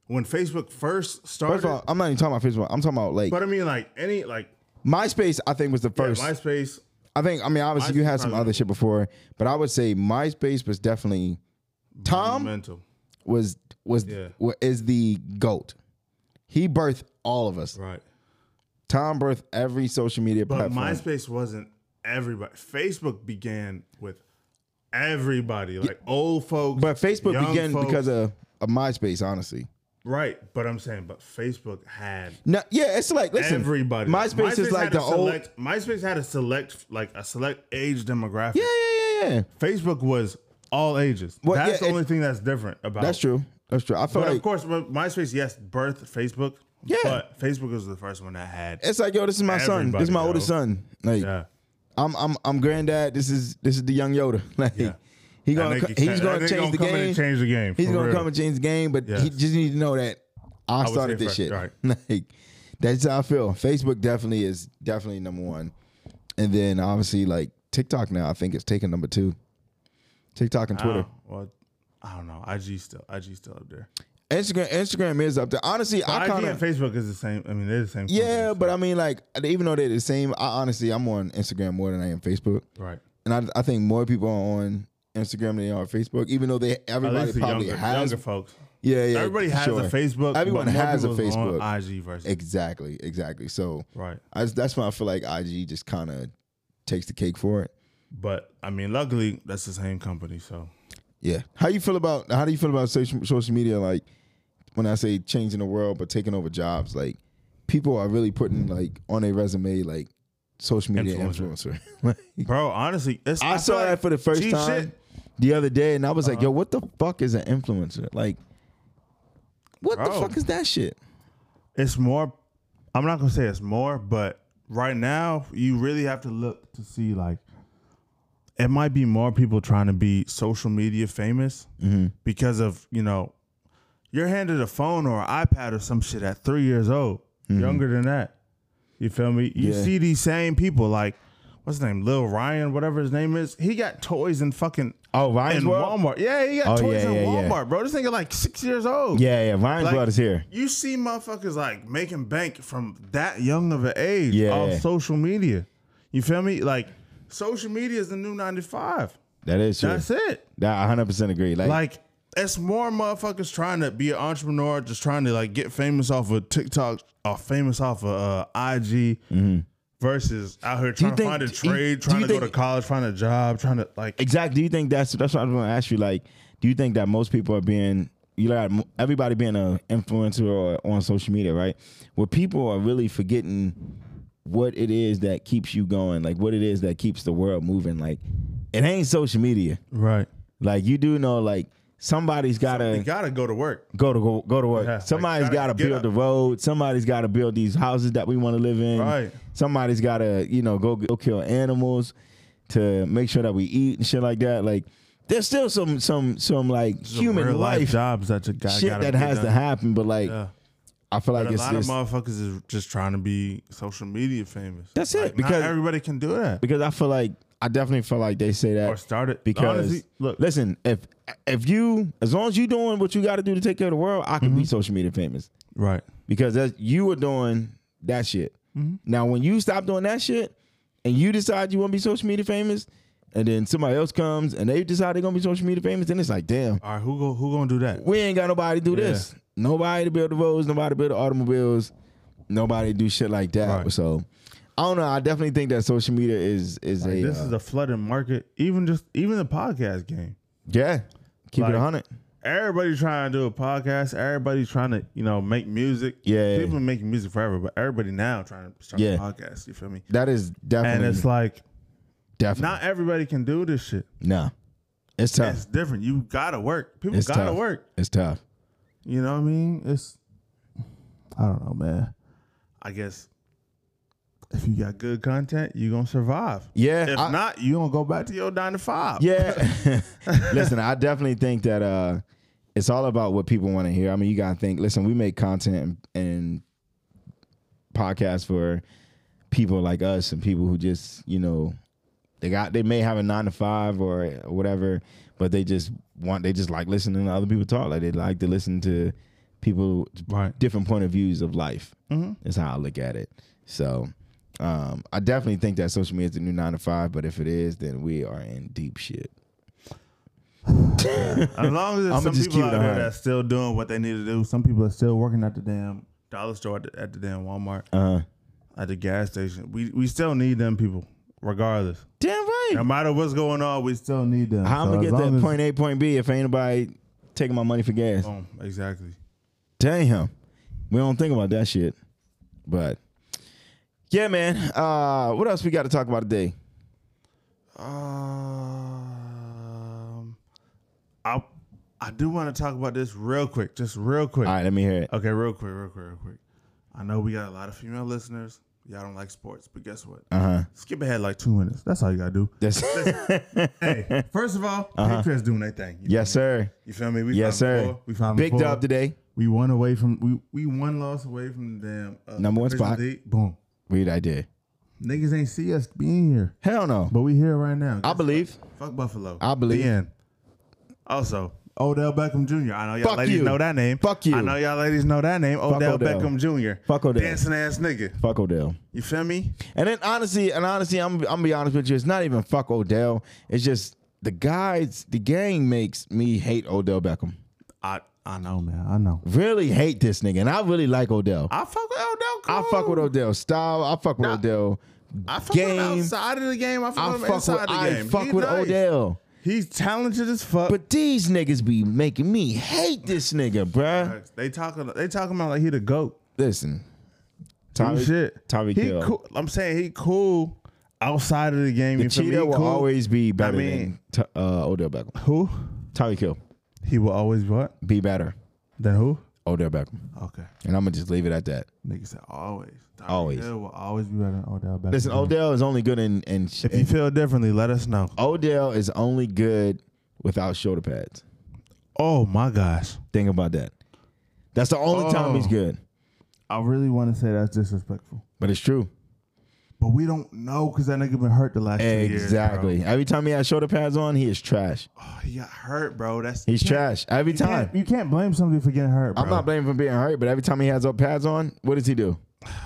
B: when Facebook first started.
A: Mm-hmm. First of all, I'm not even talking about Facebook. I'm talking about like
B: but I mean, like any like
A: MySpace. I think was the
B: yeah,
A: first.
B: MySpace.
A: I think. I mean, obviously you
B: MySpace
A: had some
B: probably-
A: other shit before, but I would say MySpace was definitely Tom
B: Mental.
A: was was
B: Yeah.
A: wa- is the goat. He birthed all of us.
B: Right.
A: Tom birthed every social media
B: But
A: platform.
B: MySpace wasn't everybody. Facebook began with everybody, like old folks.
A: but Facebook
B: young
A: began
B: folks.
A: because of, of MySpace, honestly.
B: right. But I'm saying, but Facebook had
A: No, yeah, it's like listen,
B: everybody.
A: MySpace, is like
B: had a
A: the old.
B: select, MySpace had a select, like a select age demographic.
A: yeah, yeah, yeah, yeah.
B: Facebook was all ages.
A: Well,
B: that's
A: yeah,
B: the
A: it-
B: only thing that's different about.
A: That's true. That's true. I feel
B: But
A: like
B: of course, but MySpace, yes, birthed Facebook.
A: Yeah.
B: But Facebook was the first one that had.
A: it's like yo, this is my son. This is my
B: Everybody,
A: oldest
B: bro.
A: son. Like
B: yeah.
A: I'm, I'm, I'm granddad. This is, this is the young Yoda. Like
B: Yeah.
A: he
B: That
A: gonna,
B: nigga
A: co-
B: ca-
A: he's
B: that
A: gonna
B: nigga
A: change the
B: come in
A: game.
B: and change the game.
A: he's
B: for
A: gonna
B: real.
A: come and change the game. But he
B: Yes.
A: just need to know that I
B: was
A: started
B: here
A: this
B: first,
A: shit.
B: right.
A: Like that's how I feel. Facebook definitely is definitely number one, and then obviously like TikTok now. I think it's taking number two. TikTok and Twitter.
B: Oh, well, I don't know. IG still, IG still up there.
A: Instagram, Instagram is up there. Honestly, I
B: IG
A: kind of
B: and Facebook is the same. I mean, they're the same.
A: Yeah,
B: company,
A: but I mean, like, even though they're the same, I honestly, I'm on Instagram more than I am Facebook,
B: so- right.
A: and I, I think more people are on Instagram than they are Facebook. Even though they
B: At
A: everybody
B: least the
A: probably
B: younger,
A: has,
B: younger folks.
A: yeah, yeah,
B: Everybody has
A: sure.
B: a Facebook.
A: Everyone
B: but more
A: has a
B: people's on
A: Facebook.
B: IG versus
A: Exactly, exactly. So
B: right.
A: I, that's why I feel like IG just kind of takes the cake for it.
B: But I mean, luckily that's the same company. So
A: Yeah. How you feel about how do you feel about social social media? Like when I say changing the world, but taking over jobs, like people are really putting like on their resume like social media influencer.
B: Influencer.
A: like,
B: bro, honestly, it's,
A: I,
B: feel
A: saw
B: like-
A: that for the first
B: Gee,
A: time
B: shit, Uh-huh.
A: the other day, and I was like, "Yo, what the fuck is an influencer? Like, what the
B: Bro.
A: fuck is that shit?"
B: it's more. I'm not gonna say it's more, but right now you really have to look to see like it might be more people trying to be social media famous
A: Mm-hmm.
B: because of you know you're handed a phone or an iPad or some shit at three years old, younger than that. You feel me? You
A: Mm-hmm. Yeah.
B: see these same people like what's his name, Lil Ryan, whatever his name is. He got toys in fucking
A: Oh, Ryan's
B: in
A: World?
B: Walmart. Yeah, he got
A: Oh,
B: toys
A: yeah,
B: in
A: yeah, yeah.
B: Walmart, bro. This nigga like six years old.
A: Yeah, yeah. Ryan's
B: Like,
A: World is here.
B: You see motherfuckers like making bank from that young of an age
A: Yeah.
B: off social media. You feel me? Like social media is the new 95.
A: That is true.
B: That's it.
A: That 100 percent agree. Like,
B: Like it's more motherfuckers trying to be an entrepreneur, just trying to like get famous off of TikTok or famous off of uh, IG versus out here trying to
A: think-
B: find a
A: Mm-hmm. do you-
B: trade,
A: do
B: trying
A: you
B: to go to
A: think-
B: college, find a job, trying to like
A: exactly. Do you think that's that's what I was going to ask you? Like, do you think that most people are being you got m- everybody being an influencer or on social media, right? Where people are really forgetting what it is that keeps you going, like what it is that keeps the world moving. Like, it ain't social media.
B: right.
A: Like, you do know, like somebody's got
B: You
A: to
B: gotta go to work.
A: go to go, go to work.
B: Yeah, like,
A: Somebody's
B: gotta
A: got to
B: get
A: build
B: up.
A: the road. Somebody's got to build these houses that we want to live in.
B: Right.
A: Somebody's got to you know go go kill animals to make sure that we eat and shit like that. Like there's still some some some like human
B: Real
A: life,
B: jobs that you got
A: shit
B: gotta
A: that
B: get
A: has to
B: done.
A: happen. But like
B: Yeah.
A: I feel like
B: But a
A: it's
B: lot of
A: just
B: motherfuckers is just trying to be social media famous.
A: That's it,
B: Like,
A: because-
B: not everybody can do that.
A: because I feel like I definitely feel like they say that
B: Or start it-
A: because
B: honestly, look.
A: listen if if you as long as you doing what you got to do to take care of the world, I
B: Mm-hmm.
A: can be social media famous.
B: Right.
A: because that's you were doing that shit.
B: Mm-hmm.
A: Now, when you stop doing that shit and you decide you want to be social media famous, and then somebody else comes and they decide they're gonna be social media famous, then it's like, damn,
B: All right. Who go? Who gonna do that?
A: we ain't got nobody to do this. Nobody to build the roads, nobody to build the automobiles, nobody to do shit like that.
B: Right.
A: So I don't know. I definitely think that social media is is a
B: This
A: uh,
B: is a flooded market. Even just even the podcast game.
A: yeah. Keep
B: like-
A: it hundred.
B: Everybody trying to do a podcast. Everybody trying to you know make music.
A: Yeah.
B: People been making music forever, but everybody now trying to start
A: Yeah.
B: a podcast. You feel me?
A: That is
B: And
A: definitely
B: it's like
A: definitely
B: not everybody can do this shit.
A: no. It's tough.
B: It's different. You gotta work. People
A: It's
B: gotta
A: tough.
B: work.
A: It's tough.
B: You know what I mean? It's I don't know, man. I guess if you got good content, you gonna survive.
A: Yeah,
B: If
A: I-
B: not, you gonna go back to your nine to five.
A: Yeah. listen, I definitely think that uh it's all about what people want to hear. I mean, you gotta think, listen, we make content and podcasts for people like us and people who just, you know, they got they may have a nine to five or whatever, but they just want they just like listening to other people talk. Like they like to listen to people
B: Right.
A: different point of views of life. Mm-hmm. Is how I look at it. So um, I definitely think that social media is the new nine to five, but if it is, then we are in deep shit.
B: As long as there's
A: I'ma
B: some
A: just
B: people
A: keep
B: out
A: it
B: there
A: 100.
B: that's still doing what they need to do, some people are still working at the damn dollar store at the, at the damn Walmart,
A: Uh
B: at the gas station. We we still need them people, regardless.
A: damn right.
B: No matter what's going on, we still need them.
A: How I'm
B: So
A: gonna
B: as
A: get
B: long
A: that
B: as-
A: point A, point B if ain't nobody taking my money for gas?
B: Boom, exactly.
A: Damn. We don't think about that shit. But yeah, man. Uh what else we gotta talk about today?
B: Um, I I do want to talk about this real quick, just real quick.
A: All right, let me hear it.
B: Okay, real quick, real quick, real quick. I know we got a lot of female listeners. Y'all don't like sports, but guess what?
A: Uh huh.
B: Skip ahead like two minutes. That's all you gotta do.
A: That's
B: Hey, first of all, Patriots doing their thing. You
A: yes,
B: feel me?
A: sir.
B: You feel me? We
A: Uh-huh. Yes,
B: found
A: sir.
B: Four. We found
A: Big
B: four.
A: dub today.
B: We won away from we we one loss away from the damn uh,
A: Number one
B: division
A: spot.
B: lead. Boom.
A: Read I did.
B: Niggas ain't see us being here,
A: Hell no.
B: but we here right now.
A: I believe.
B: Fuck Buffalo.
A: I believe.
B: The end. Also, Odell Beckham Jr. I know y'all
A: Fuck
B: ladies
A: you.
B: know that name.
A: Fuck you.
B: I know y'all ladies know that name. Odell,
A: Odell.
B: Beckham Jr.
A: Fuck Odell.
B: Dancing ass nigga.
A: Fuck Odell.
B: You feel me?
A: And then honestly, and honestly, I'm I'm gonna be honest with you. It's not even fuck Odell. It's just the guys, the gang makes me hate Odell Beckham.
B: I I know, man. I know.
A: Really hate this nigga, and I really like Odell.
B: I fuck with Odell.
A: I fuck with
B: Odell.
A: Odell style. I fuck with Odell.
B: I fuck
A: game.
B: with him outside of the game. I fuck
A: I
B: with him
A: fuck with,
B: inside the
A: I
B: game.
A: fuck
B: He
A: with
B: nice.
A: Odell.
B: He's talented as fuck.
A: But these niggas be making me hate this nigga, bruh.
B: they talking they talking about like he the goat.
A: Listen.
B: Tyreek,
A: Tyreek-
B: shit.
A: Tyreek
B: he
A: Hill.
B: cool. I'm saying he cool outside of the game.
A: The
B: you feel me?
A: cheetah
B: He
A: will
B: cool.
A: always be better
B: mean-
A: than Ty- uh, Odell Beckham.
B: who?
A: Tyreek Hill,
B: He will always what?
A: be better.
B: Then who?
A: Odell Beckham.
B: Okay.
A: And I'm gonna just leave it at that.
B: Nigga said always. Tyreek
A: Always.
B: Hill will always be better than Odell Beckham.
A: Listen, Odell is only good in in.
B: Mm-hmm. If you feel differently, let us know.
A: Odell is only good without shoulder pads.
B: Oh my gosh.
A: Think about that. That's the only time he's
B: Oh.
A: good.
B: I really want to say that's disrespectful.
A: But it's true.
B: But we don't know because that nigga been hurt the last two years.
A: Exactly.
B: bro.
A: Every time he has shoulder pads on, he is trash.
B: Oh, he got hurt, bro. That's
A: He's
B: you can't-
A: trash every
B: You can't,
A: time.
B: you can't blame somebody for getting hurt. Bro.
A: I'm not blaming him for being hurt, but every time he has up pads on, what does he do?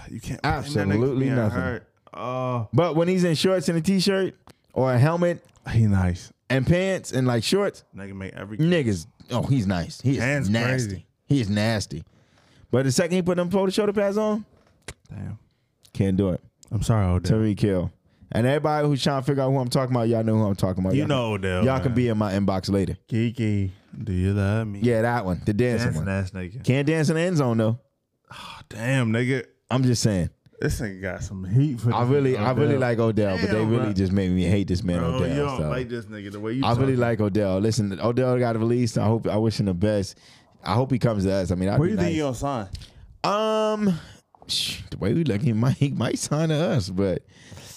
B: You can't blame that nigga for
A: Absolutely
B: being
A: nothing.
B: Hurt. Oh,
A: But when he's in shorts and a t-shirt or a helmet
B: he nice.
A: and pants and like shorts,
B: Nigga make every
A: niggas, oh, he's nice. He is
B: Hands
A: nasty.
B: crazy.
A: He is nasty. But the second he put them photo shoulder pads on,
B: damn.
A: can't do it.
B: I'm sorry, Odell.
A: Tariq Hill. And everybody who's trying to figure out who I'm talking about, y'all know who I'm talking about.
B: You
A: Y'all
B: know
A: can-
B: Odell,
A: Y'all can
B: man.
A: be in my inbox later.
B: Kiki, do you love me?
A: Yeah, that one. The dancing
B: that's
A: one.
B: nice, nigga.
A: Can't dance in the end zone though.
B: Damn, nigga,
A: I'm just saying.
B: this nigga got some heat for.
A: I really, I really like Odell, but they
B: Damn,
A: really
B: bro.
A: just made me hate this man
B: Bro,
A: Odell.
B: Oh, you don't
A: so.
B: like this nigga the way you.
A: I really
B: talking.
A: like Odell. Listen, Odell got released. I hope. I wish him the best. I hope he comes to us. I mean, I'd
B: Where
A: be
B: you think
A: nice.
B: you gonna sign?
A: Um, shh, the way we look, he might he might sign to us, but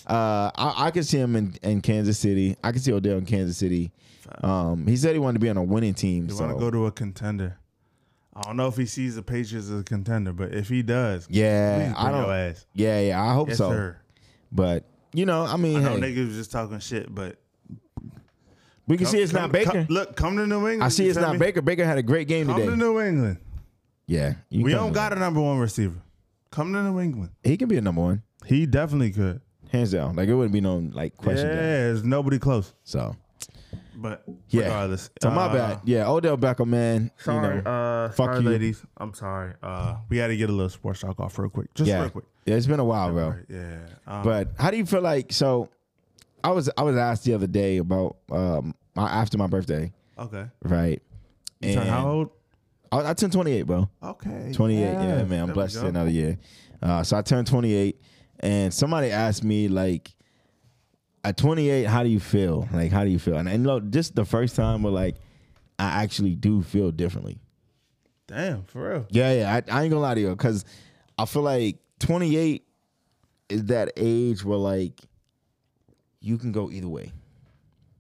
A: uh, I, I could see him in, in Kansas City. I could see Odell in Kansas City. Um, he said he wanted to be on a winning team.
B: You
A: so
B: want to go to a contender? I don't know if he sees the Patriots as a contender, but if he does,
A: yeah,
B: please
A: I
B: bring
A: don't.
B: your ass.
A: Yeah, yeah, I hope
B: Yes,
A: so.
B: sir.
A: But you know, I mean,
B: I know
A: hey,
B: niggas was just talking shit, but
A: we can see it's not
B: Come- come-
A: Baker.
B: come- look, come to New England.
A: I see
B: you
A: it's
B: feel
A: not
B: me?
A: Baker. Baker had a great game
B: Come
A: today.
B: to New England.
A: yeah, you
B: We
A: come
B: don't
A: to-
B: got a number one receiver. Come to New England.
A: He can be a number one,
B: He definitely could.
A: hands down. Like it wouldn't be no like
B: Yeah,
A: question. there.
B: there's nobody close.
A: So
B: But
A: yeah,
B: regardless,
A: So my
B: uh,
A: bad. Yeah, Odell Beckham, man.
B: Sorry,
A: you know,
B: uh,
A: fuck
B: sorry,
A: you.
B: ladies. I'm sorry. Uh, we had to get a little sports talk off real quick, just
A: yeah.
B: real quick.
A: yeah, it's been a while, bro.
B: Yeah, um,
A: But how do you feel like? So, I was I was asked the other day about um my, after my birthday,
B: okay.
A: right?
B: You turn how old?
A: I, I turned 28, bro.
B: Okay,
A: 28. Yeah, man. I'm
B: There we
A: blessed
B: go.
A: to another year. Uh, so I turned 28, and somebody asked me like, at 28, how do you feel? Like, how do you feel? And, and look, this is the first time where like I actually do feel differently.
B: Damn, for real.
A: Yeah, yeah. I, I ain't gonna lie to you, cause I feel like 28 is that age where like you can go either way.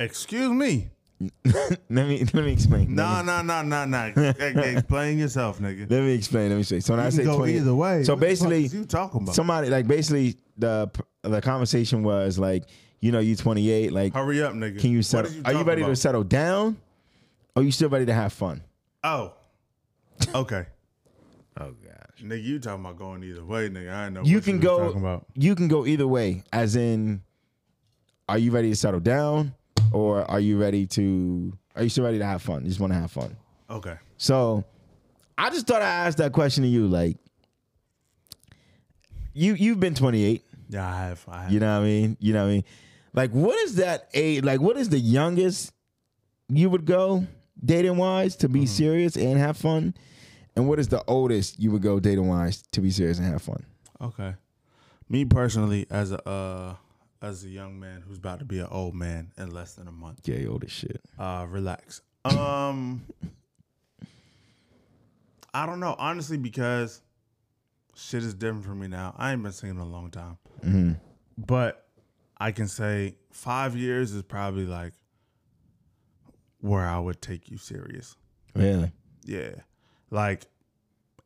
B: Excuse me.
A: Let me let me explain.
B: No,
A: let me,
B: no, no, no, no. Explain yourself, nigga.
A: Let me explain. Let me say. So when I
B: can
A: say
B: go
A: 28
B: either way.
A: So
B: What the fuck
A: basically,
B: is you talking about?
A: somebody like basically the the conversation was like, you know, you 28. Like,
B: Hurry up, nigga.
A: can you
B: What
A: settle?
B: is
A: are you
B: talking
A: ready
B: about?
A: to settle down? Or are you still ready to have fun?
B: Oh, okay.
A: Oh gosh.
B: Nigga, you talking about going either way, nigga. I ain't know
A: You
B: what
A: can
B: was talking
A: go.
B: about.
A: You can go either way. As in, are you ready to settle down, or are you ready to? Are you still ready to have fun? You just want to have fun.
B: Okay.
A: So I just thought I asked that question to you. Like, you you've been 28.
B: Yeah, I have. I have.
A: You know what I mean? You know what I mean? Like, what is that age? Like, what is the youngest you would go dating wise to be
B: Mm-hmm.
A: serious and have fun? And what is the oldest you would go dating wise to be serious and have fun?
B: Okay. Me personally, as a uh, as a young man who's about to be an old man in less than a month,
A: Gay old as shit.
B: uh, relax. Um, I don't know, honestly, because shit is different for me now. I ain't been singing in a long time, Mm-hmm. but I can say five years is probably like where I would take you serious.
A: Really?
B: Yeah. Like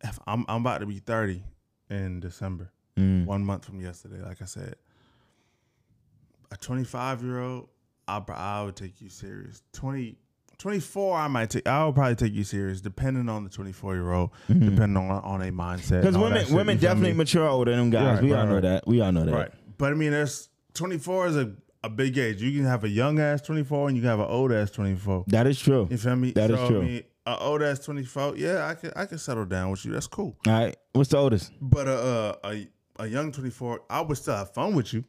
B: if I'm I'm about to be 30 in December.
A: Mm.
B: One month from yesterday, like I said. A 25 year old, I pro- I would take you serious. 20 24 I might take I would probably take you serious depending on the 24 year old, depending on on a mindset.
A: Because
B: and all that
A: Mm-hmm. women
B: shit,
A: women
B: you feel
A: definitely
B: me?
A: mature older than them guys.
B: Right,
A: we
B: right,
A: all know
B: right.
A: that. We all know that.
B: Right. But I mean, there's 24 is a, a big age. You can have a young ass 24 and you can have an old ass 24.
A: That is true.
B: You feel me?
A: That is
B: so,
A: true.
B: I mean, an old ass 24, yeah, I could I could settle down with you. That's cool.
A: all right. What's the oldest?
B: But uh, uh, a a young 24, I would still have fun with you.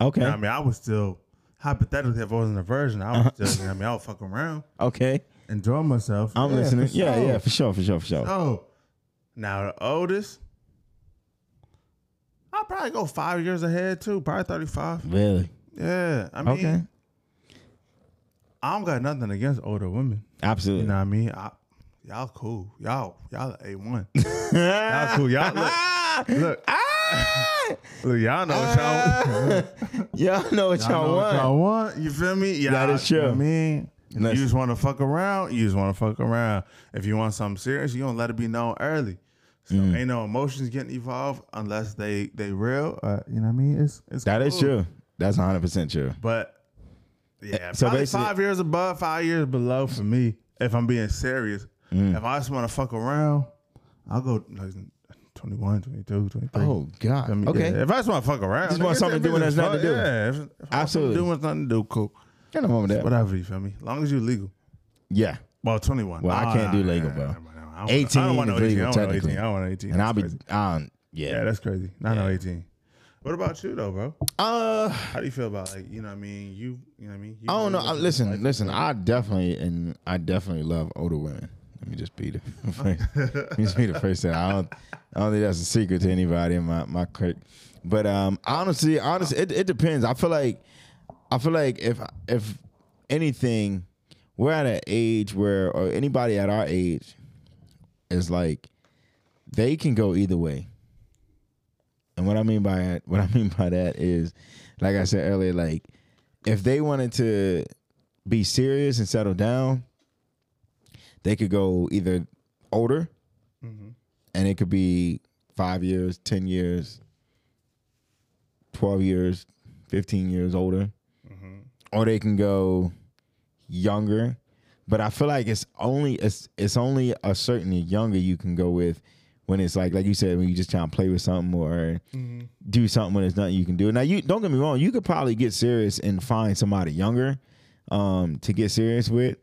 A: Okay.
B: You know what I mean, I would still hypothetically if I wasn't a virgin, I would still. you know what I mean, I would fuck around,
A: Okay.
B: enjoy myself.
A: I'm
B: Yeah,
A: listening.
B: for
A: Yeah,
B: sure.
A: yeah, for sure, for sure, for sure.
B: Oh, now the oldest, I'll probably go five years ahead too. Probably 35.
A: Really?
B: Yeah, I mean,
A: Okay.
B: I don't got nothing against older women.
A: Absolutely.
B: You know what I mean? I, y'all cool. Y'all, y'all a one. y'all cool. Y'all
A: Ah!
B: look, look, look. Y'all know what y'all,
A: y'all know what y'all,
B: y'all, know
A: want.
B: what y'all want. You feel me? Yeah,
A: That is
B: You know
A: true.
B: what I mean, If you
A: Listen.
B: just want to fuck around. You just want to fuck around. If you want something serious, you don't let it be known early. So
A: Mm.
B: ain't no emotions getting evolved unless they they real. Uh, you know what I mean? It's it's
A: That is
B: cool.
A: true. That's 100% true.
B: But yeah,
A: Eh, So
B: probably
A: basically-
B: five years above, five years below for me. If I'm being serious,
A: Mm.
B: if I just want to fuck around, I'll go like, 21, 22, 23.
A: Oh, God.
B: I mean,
A: okay.
B: yeah, if I just want to fuck around,
A: Just want
B: nigga,
A: something to do when there's nothing to do.
B: Yeah, if, if
A: Absolutely.
B: Doing nothing to do, cool.
A: Ain't no wrong with that.
B: Whatever you feel me, as long as you're legal.
A: Yeah.
B: Well, 21.
A: Well, I
B: Nah,
A: can't do
B: nah,
A: legal,
B: nah,
A: bro.
B: nah, nah, nah, I don't-
A: 18
B: I don't want no
A: is
B: 18.
A: legal,
B: I don't want
A: technically.
B: 18. I don't want 18.
A: And I'll be,
B: That's crazy.
A: um, yeah.
B: Yeah, that's crazy. Not no 18. What about you though, bro?
A: uh,
B: How do you feel about like you know what I mean? You you know what I mean? You
A: I don't know. Uh, I,
B: you-
A: listen, listen. I definitely and I definitely love older women. Let me just be the first. let me just be the first thing. I don't. I don't think that's a secret to anybody in my my clique. But um, honestly, honestly, it, it depends. I feel like I feel like if if anything, we're at an age where or anybody at our age is like they can go either way. And what I mean by that, what I mean by that is, like I said earlier, like if they wanted to be serious and settle down, they could go either older, and it could be five years, ten years, twelve years, fifteen years older, or they can go younger. But I feel like it's only it's it's only a certain younger you can go with when it's like like you said when you just trying to play with something or do something when there's nothing you can do. Now you don't get me wrong, you could probably get serious and find somebody younger um to get serious with.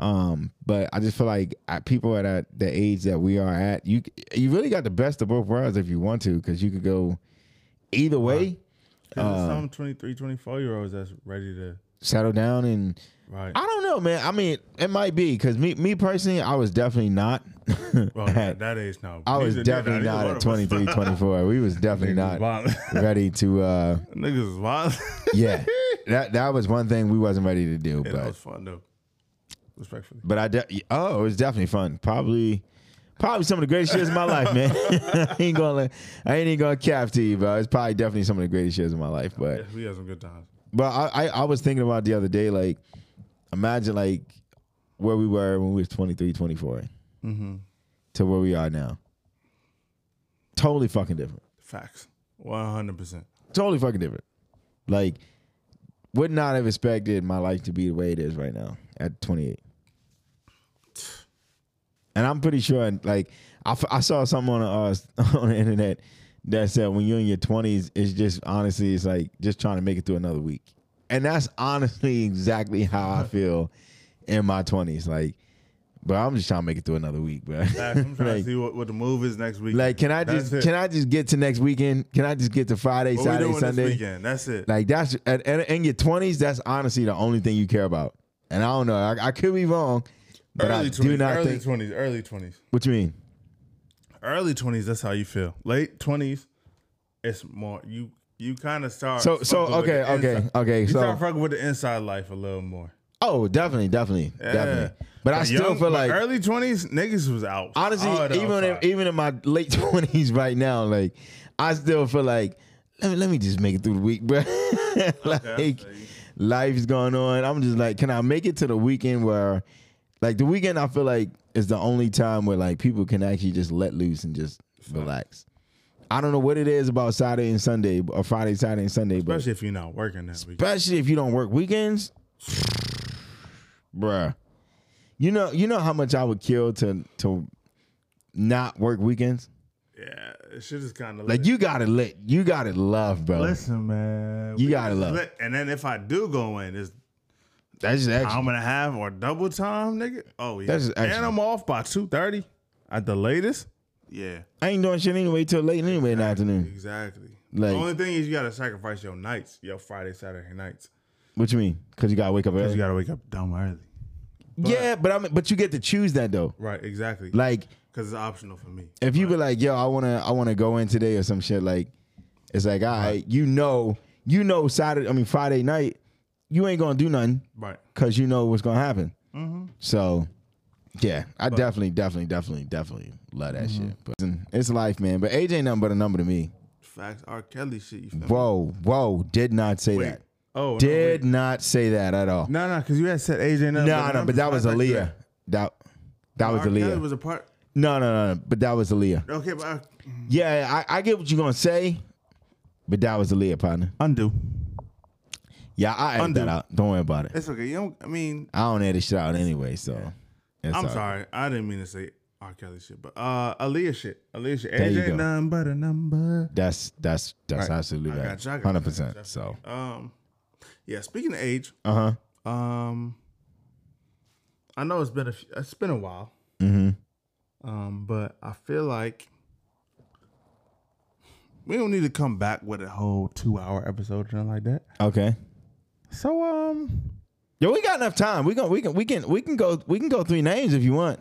A: Um, but I just feel like at people at a, the age that we are at, you you really got the best of both worlds if you want to, because you could go either way,
B: 'Cause
A: Um,
B: there's some 23, 24 year olds that's ready to
A: settle down and
B: right.
A: I don't know, man. I mean, it might be because me, me personally, I was definitely not.
B: well, at that age now.
A: I was definitely not at 23, 24. We was definitely not
B: Niggas
A: ready to. uh
B: Niggas is wild.
A: Yeah, that that was one thing we wasn't ready to do.
B: yeah, that
A: But
B: was fun though. Respectfully.
A: but I de- oh, it was definitely fun. Probably probably some of the greatest years of my life, man. I ain't gonna let- I ain't even gonna cap to you, bro. It's probably definitely some of the greatest years of my life. But
B: Yeah, we had some good times.
A: But I, I, I was thinking about it the other day, like, imagine like where we were when we was 23, 24
B: Mm-hmm.
A: to where we are now. Totally fucking different.
B: Facts. One hundred percent.
A: Totally fucking different. Like, would not have expected my life to be the way it is right now at 28. And I'm pretty sure, like, I, f- I saw something on the, uh, on the internet that said when you're in your 20s, it's just honestly, it's like just trying to make it through another week. And that's honestly exactly how I feel in my 20s. Like, but I'm just trying to make it through another week, bro.
B: Facts. I'm trying
A: Like-
B: to see what, what the move is next week.
A: like, can I just can I just get to next weekend? Can I just get to Friday,
B: what we
A: Saturday,
B: doing
A: Sunday?
B: this weekend? That's it.
A: Like that's and, and in your twenties, that's honestly the only thing you care about. And I don't know, I, I could be wrong, but I
B: early
A: do
B: twenties.
A: not
B: Early
A: think.
B: twenties. Early twenties.
A: what you mean?
B: Early twenties. That's how you feel. Late twenties, it's more you. You kind of start.
A: So- so,
B: fucking with
A: okay,
B: the
A: okay,
B: inside-
A: okay,
B: You
A: so-
B: start fucking with the inside life a little more.
A: Oh, definitely, definitely, definitely.
B: Yeah.
A: But, I still
B: young-
A: feel
B: but
A: like
B: early twenties niggas was out.
A: honestly,
B: All the
A: even in,
B: outside.
A: even in my late twenties right now, like I still feel like let me, let me just make it through the week, bro. like life's going on. I'm just like, can I make it to the weekend where, like, the weekend I feel like is the only time where like people can actually just let loose and just relax. I don't know what it is about Saturday and Sunday or Friday, Saturday and Sunday, but
B: especially if you're not working that week.
A: especially if you don't work weekends, bruh. You know, you know how much I would kill to to not work weekends.
B: Yeah, shit is kind of
A: Like you got to lit, you got to love, bro.
B: Listen, man,
A: You
B: we
A: gotta
B: just
A: love
B: lit. And then if I do go in, it's
A: That's just
B: hour
A: extra.
B: and a half or double time, nigga. Oh yeah,
A: That's just
B: and
A: excellent.
B: I'm off by two thirty at the latest. Yeah,
A: I ain't doing shit anyway till late anyway in the afternoon.
B: exactly.
A: Like-
B: the only thing is you gotta sacrifice your nights, your Friday, Saturday nights.
A: What you mean? Because you got to wake up
B: Cause
A: early.
B: you gotta wake up dumb early.
A: yeah, but I mean, but you get to choose that though.
B: Right, exactly.
A: Like
B: Cause it's optional for me.
A: if you be like, yo, I wanna I wanna go in today or some shit, like it's like, all right, you know, you know Saturday, I mean Friday night, you ain't gonna do nothing
B: Right. Mm-hmm.
A: because you know what's gonna happen. So Yeah, I definitely, definitely, definitely, definitely love that
B: Mm-hmm.
A: shit. But listen, it's life, man. But AJ ain't nothing but a number to me.
B: Facts, R. Kelly shit. You feel me?
A: Whoa, whoa, did not say
B: Wait.
A: that.
B: Oh, no,
A: did not say that at all.
B: No, no, because you had said AJ.
A: No, no, but that was Aaliyah. That that was
B: R. Kelly
A: Aaliyah.
B: was a part.
A: No, no, no, no, but that was Aaliyah.
B: Okay, but uh, R-
A: Yeah, I, I get what you're gonna say, but that was Aaliyah, partner.
B: undo.
A: Yeah, I edit
B: Undo.
A: that out. Don't worry about it.
B: It's okay. You don't. I mean,
A: I don't edit shit out anyway, so. it's all
B: I'm
A: right.
B: sorry. I didn't mean to say R. Kelly shit, but uh, Aaliyah shit. Aaliyah shit.
A: you
B: AJ
A: go.
B: nothing but a number.
A: That's that's that's
B: All right.
A: absolutely
B: I
A: right.
B: got you, I got you, I got
A: Hundred
B: you.
A: percent. So.
B: Um, yeah. Speaking of age,
A: Uh huh.
B: um, I know it's been a few, it's been a while.
A: Mhm.
B: Um, but I feel like we don't need to come back with a whole two hour episode or nothing like that.
A: Okay.
B: So um,
A: Yo, we got enough time. We going we can we can we can go we can go three names if you want.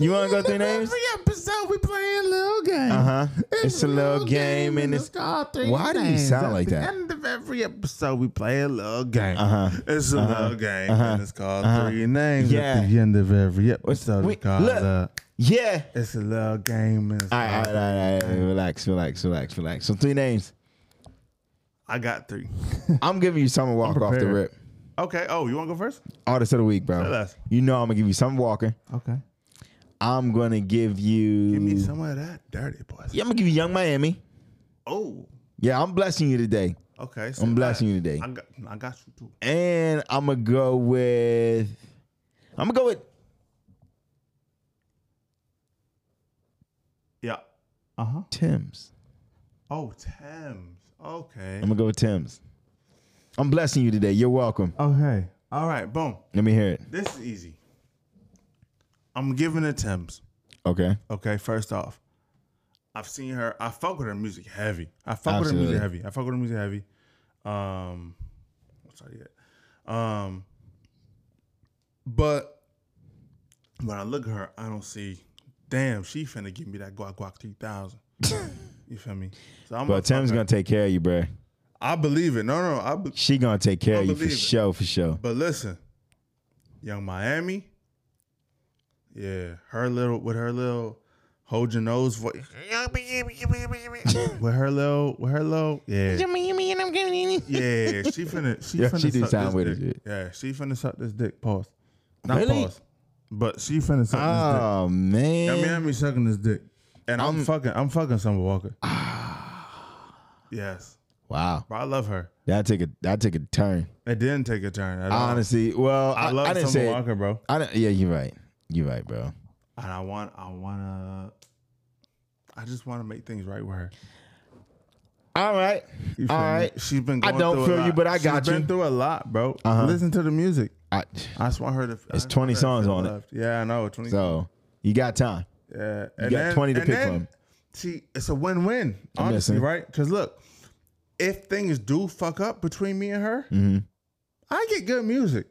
A: You wanna go through names?
B: Every episode we playing a little game.
A: Uh huh. It's a little game and it's
B: called three
A: Why do you
B: names.
A: sound
B: At
A: like
B: the
A: that?
B: End of every episode we play a little game.
A: Uh-huh.
B: It's a little game and it's called three names.
A: Yeah.
B: At the end of every
A: What's-
B: episode
A: we-
B: it's called.
A: look.
B: uh,
A: yeah.
B: it's a little game and it's
A: All right, all
B: called-
A: right, all right, all right, Relax, relax, relax, relax. So three names.
B: I got three.
A: I'm giving you Summer Walker off the
B: prepared.
A: rip.
B: Okay. Oh, you want to go first?
A: Artist of the week,
B: Say
A: bro.
B: less.
A: You know I'm gonna give you Summer Walker.
B: Okay.
A: I'm gonna give you.
B: Give me some of that dirty boy.
A: Yeah, I'm gonna give you Young Miami.
B: Oh.
A: Yeah, I'm blessing you today,
B: Okay. so
A: I'm blessing
B: I-
A: you today.
B: I got, I got you too.
A: and I'm gonna go with. I'm gonna go with.
B: Yeah. Uh
A: Uh-huh.
B: huh.
A: Tim's.
B: Oh, Thames. Okay.
A: I'm gonna go with Tim's. I'm blessing you today. You're welcome.
B: Okay. Oh, All right. Boom.
A: Let me hear it.
B: This is easy. I'm giving it Thames.
A: Okay.
B: Okay. First off, I've seen her. I fuck with her music heavy. I fuck with her
A: Absolutely.
B: music heavy. I fuck with her music heavy. Um, what's that yet? Um, but when I look at her, I don't see. Damn, she finna give me that guac guac three thousand. you feel me? So I'm.
A: But Tim's gonna take care of you, bro.
B: I believe it. No, no, I. Be-
A: She gonna take care of you for
B: believe it.
A: sure, for sure.
B: But listen, Young Miami, yeah, her little with her little hold your nose voice. with her little, with her little, yeah, yeah, she finna, she
A: Yeah,
B: finna
A: she do
B: suck
A: sound
B: this
A: weird as
B: dick.
A: shit.
B: Yeah, she finna suck this dick. Pause. Not
A: Really?
B: pause, but she finna suck
A: Oh man.
B: this dick. Young Miami sucking this dick, and I'm,
A: I'm- Ah.
B: fucking, I'm fucking Summer Walker. yes,
A: Wow.
B: but I love her.
A: That took a that took a turn.
B: It didn't take a turn. At all.
A: Honestly, well, I,
B: I
A: I,
B: love
A: didn't
B: Summer
A: say. It.
B: Walker, bro.
A: I didn't, yeah, you're right. You're right, bro.
B: and I want I wanna I just want to make things right with her.
A: All right.
B: You feel
A: All
B: me?
A: right.
B: she's been.
A: I
B: Going
A: don't
B: through a
A: feel you,
B: lot.
A: but I
B: She's
A: got
B: Been
A: you.
B: through a lot, bro.
A: Uh-huh.
B: Listen to the music.
A: I,
B: I just want her to. I just want
A: 20
B: her to
A: songs
B: feel
A: on it.
B: loved. Yeah, I know. Twenty.
A: so you got time.
B: yeah,
A: you got 20 to pick from.
B: See, it's a win-win,
A: I'm
B: honestly,
A: listening.
B: right? Because look, if things do fuck up between me and her,
A: Mm-hmm.
B: I get good music.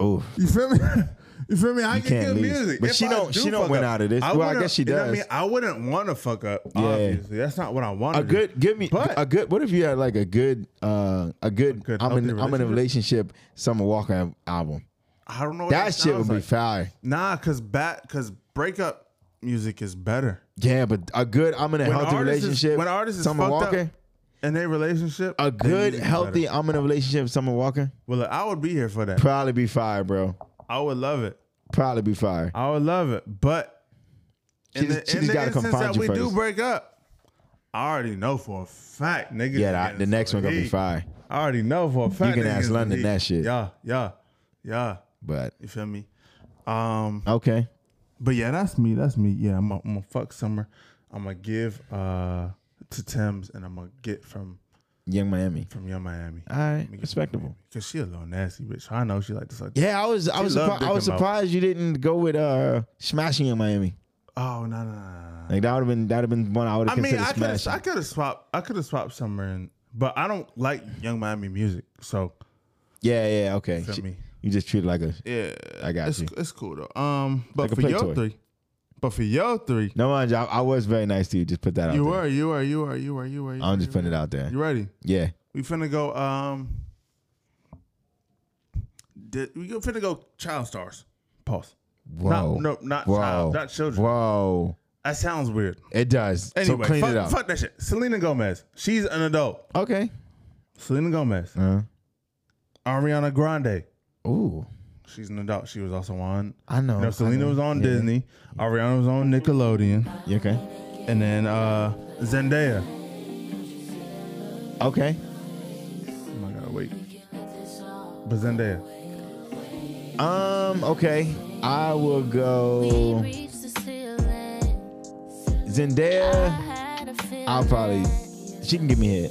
A: Oof.
B: You feel me? You feel me? I get
A: can't
B: good
A: lose.
B: music,
A: But
B: If
A: she
B: I
A: don't-
B: do
A: she don't
B: fuck
A: win
B: up,
A: out of this. Well, I
B: wouldn't-
A: guess she
B: you know what I
A: does.
B: mean, I wouldn't want to fuck up. Obviously, that's not what I want.
A: a good give me
B: But-
A: a good what if you had like a good uh a good,
B: good,
A: I'm in
B: healthy
A: I'm in a
B: relationship?
A: relationship Summer Walker album.
B: I don't know. What
A: That shit
B: sounds
A: would be
B: like.
A: fire.
B: Nah, cause back, cause breakup music is better.
A: Yeah, but a good I'm in a
B: When
A: healthy
B: artists is-
A: relationship.
B: when artists is
A: Summer
B: fucked up,
A: Walker.
B: In their relationship,
A: A
B: their
A: good
B: music is
A: healthy
B: better.
A: I'm in a relationship Summer Walker.
B: Well, look, I would be here for that.
A: Probably be fire, bro.
B: I would love it.
A: Probably be fire.
B: I would love it. But in
A: She
B: the,
A: just- she
B: in
A: just
B: the
A: gotta come
B: instance
A: find
B: that
A: you
B: we do
A: first.
B: break up, I already know for a fact, nigga.
A: Yeah, that- the next one gonna be fire.
B: I already know for a fact.
A: can
B: niggas
A: ask
B: is
A: London
B: heat.
A: that shit.
B: Yeah, yeah, yeah.
A: But
B: You feel me? Um,
A: okay.
B: But yeah, that's me. That's me. Yeah, I'm gonna I'm gonna fuck summer. I'm gonna give uh to Tim's and I'm gonna get from
A: Young Miami.
B: from your Miami.
A: All right, respectable.
B: Cause she a little nasty bitch. I know she like this. Like,
A: Yeah, I was I was
B: loved
A: surprised, I
B: Dick
A: was
B: and Mouth.
A: surprised you didn't go with uh smashing Young Miami.
B: Oh no no. no, no.
A: Like that would have been that would have been one I would have
B: I mean,
A: considered
B: I could
A: smashing.
B: I could have swapped. I could have swapped summer and. But I don't like Young Miami music, so
A: yeah, yeah, okay.
B: Feel
A: She-
B: me.
A: You just treat it like a
B: yeah,
A: I got
B: it's,
A: you.
B: It's cool though. Um, but
A: Like a
B: for
A: play
B: your
A: toy.
B: three, but for your three,
A: No, mind you, I, I was very nice to you. Just put that out
B: you
A: there.
B: were, you were, you were, you were, you were. you
A: I'm
B: were,
A: just
B: you were.
A: putting it out there.
B: You ready?
A: Yeah.
B: We finna go. Um, di- we go- finna go child stars. Pause.
A: Whoa.
B: Not- no, not
A: Whoa.
B: child, not children.
A: Whoa.
B: That sounds weird.
A: It does.
B: Anyway,
A: so clean
B: fuck,
A: it up.
B: fuck that shit. Selena Gomez. She's an adult.
A: Okay.
B: Selena Gomez.
A: Uh,
B: Ariana Grande.
A: ooh.
B: She's an adult. She was also on.
A: I know.
B: You know, Selena
A: I know.
B: was
A: Oh,
B: on
A: Yeah.
B: Disney. Ariana was on Nickelodeon.
A: You okay.
B: And then uh, Zendaya.
A: Okay.
B: Oh my God, wait. But Zendaya.
A: Um. Okay. I will go Zendaya. I'll probably. She can give me head.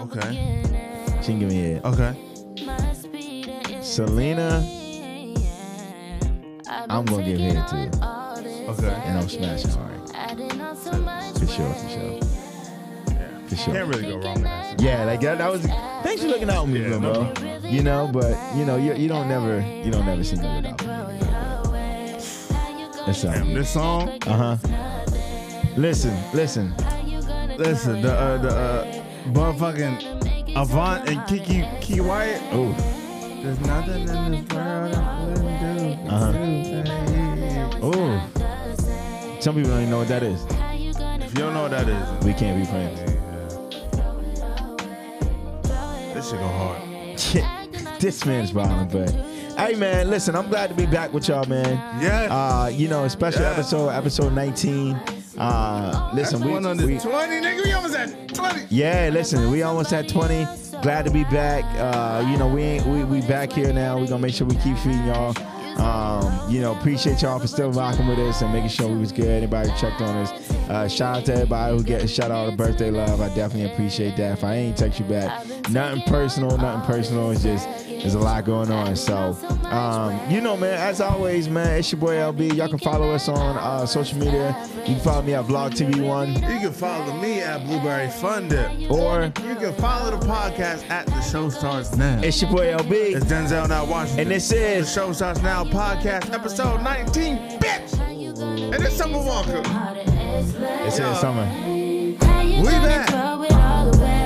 B: Okay.
A: She can give me head.
B: Okay.
A: Selena. I'm gonna give head too,
B: Okay.
A: and I'm smashing hard for sure. For sure. For sure.
B: Can't really go wrong with that.
A: Yeah, like that, that was. Thanks for looking out for me,
B: Yeah, no
A: bro. You know, but you know, you, you don't never, you don't never see me without me. That's all.
B: Damn, this song.
A: Uh huh. Listen, listen.
B: Listen, the uh, the uh, motherfucking Avant and Kiki Key Wyatt.
A: Ooh,
B: There's nothing in this world I wouldn't do. Uh-huh.
A: ooh. Some people don't even know what that is.
B: If you don't know what that is,
A: We can't be friends.
B: this shit go hard.
A: Shit, this man's violent, but hey, man, listen. I'm glad to be back with y'all, man.
B: Yes.
A: Uh, you know, a special
B: Yeah.
A: episode, episode 19. Uh, listen,
B: That's
A: we,
B: one under
A: we
B: 20, nigga. We almost at 20.
A: Yeah, listen, we almost at 20. Glad to be back. Uh, you know, we ain't, we we back here now. We're gonna make sure we keep feeding y'all. Um, you know, appreciate y'all for still rocking with us and making sure we was good. Anybody who checked on us. Uh, shout out to everybody who get shout out to birthday love. I definitely appreciate that. If I ain't text you back, nothing personal, nothing personal. It's just there's a lot going on. So um, you know, man, as always, man, it's your boy LB. Y'all can follow us on uh, social media. You can follow me at Vlog TV One
B: You can follow me at Blueberry Funder.
A: or
B: You can follow the podcast at The Show Starts Now.
A: it's your boy LB.
B: It's Denzel now Washington.
A: And this
B: The
A: is
B: Show Starts Now podcast, episode 19, bitch. And it's Summer Walker.
A: It's in summer.
B: We back.
C: Throw it all away.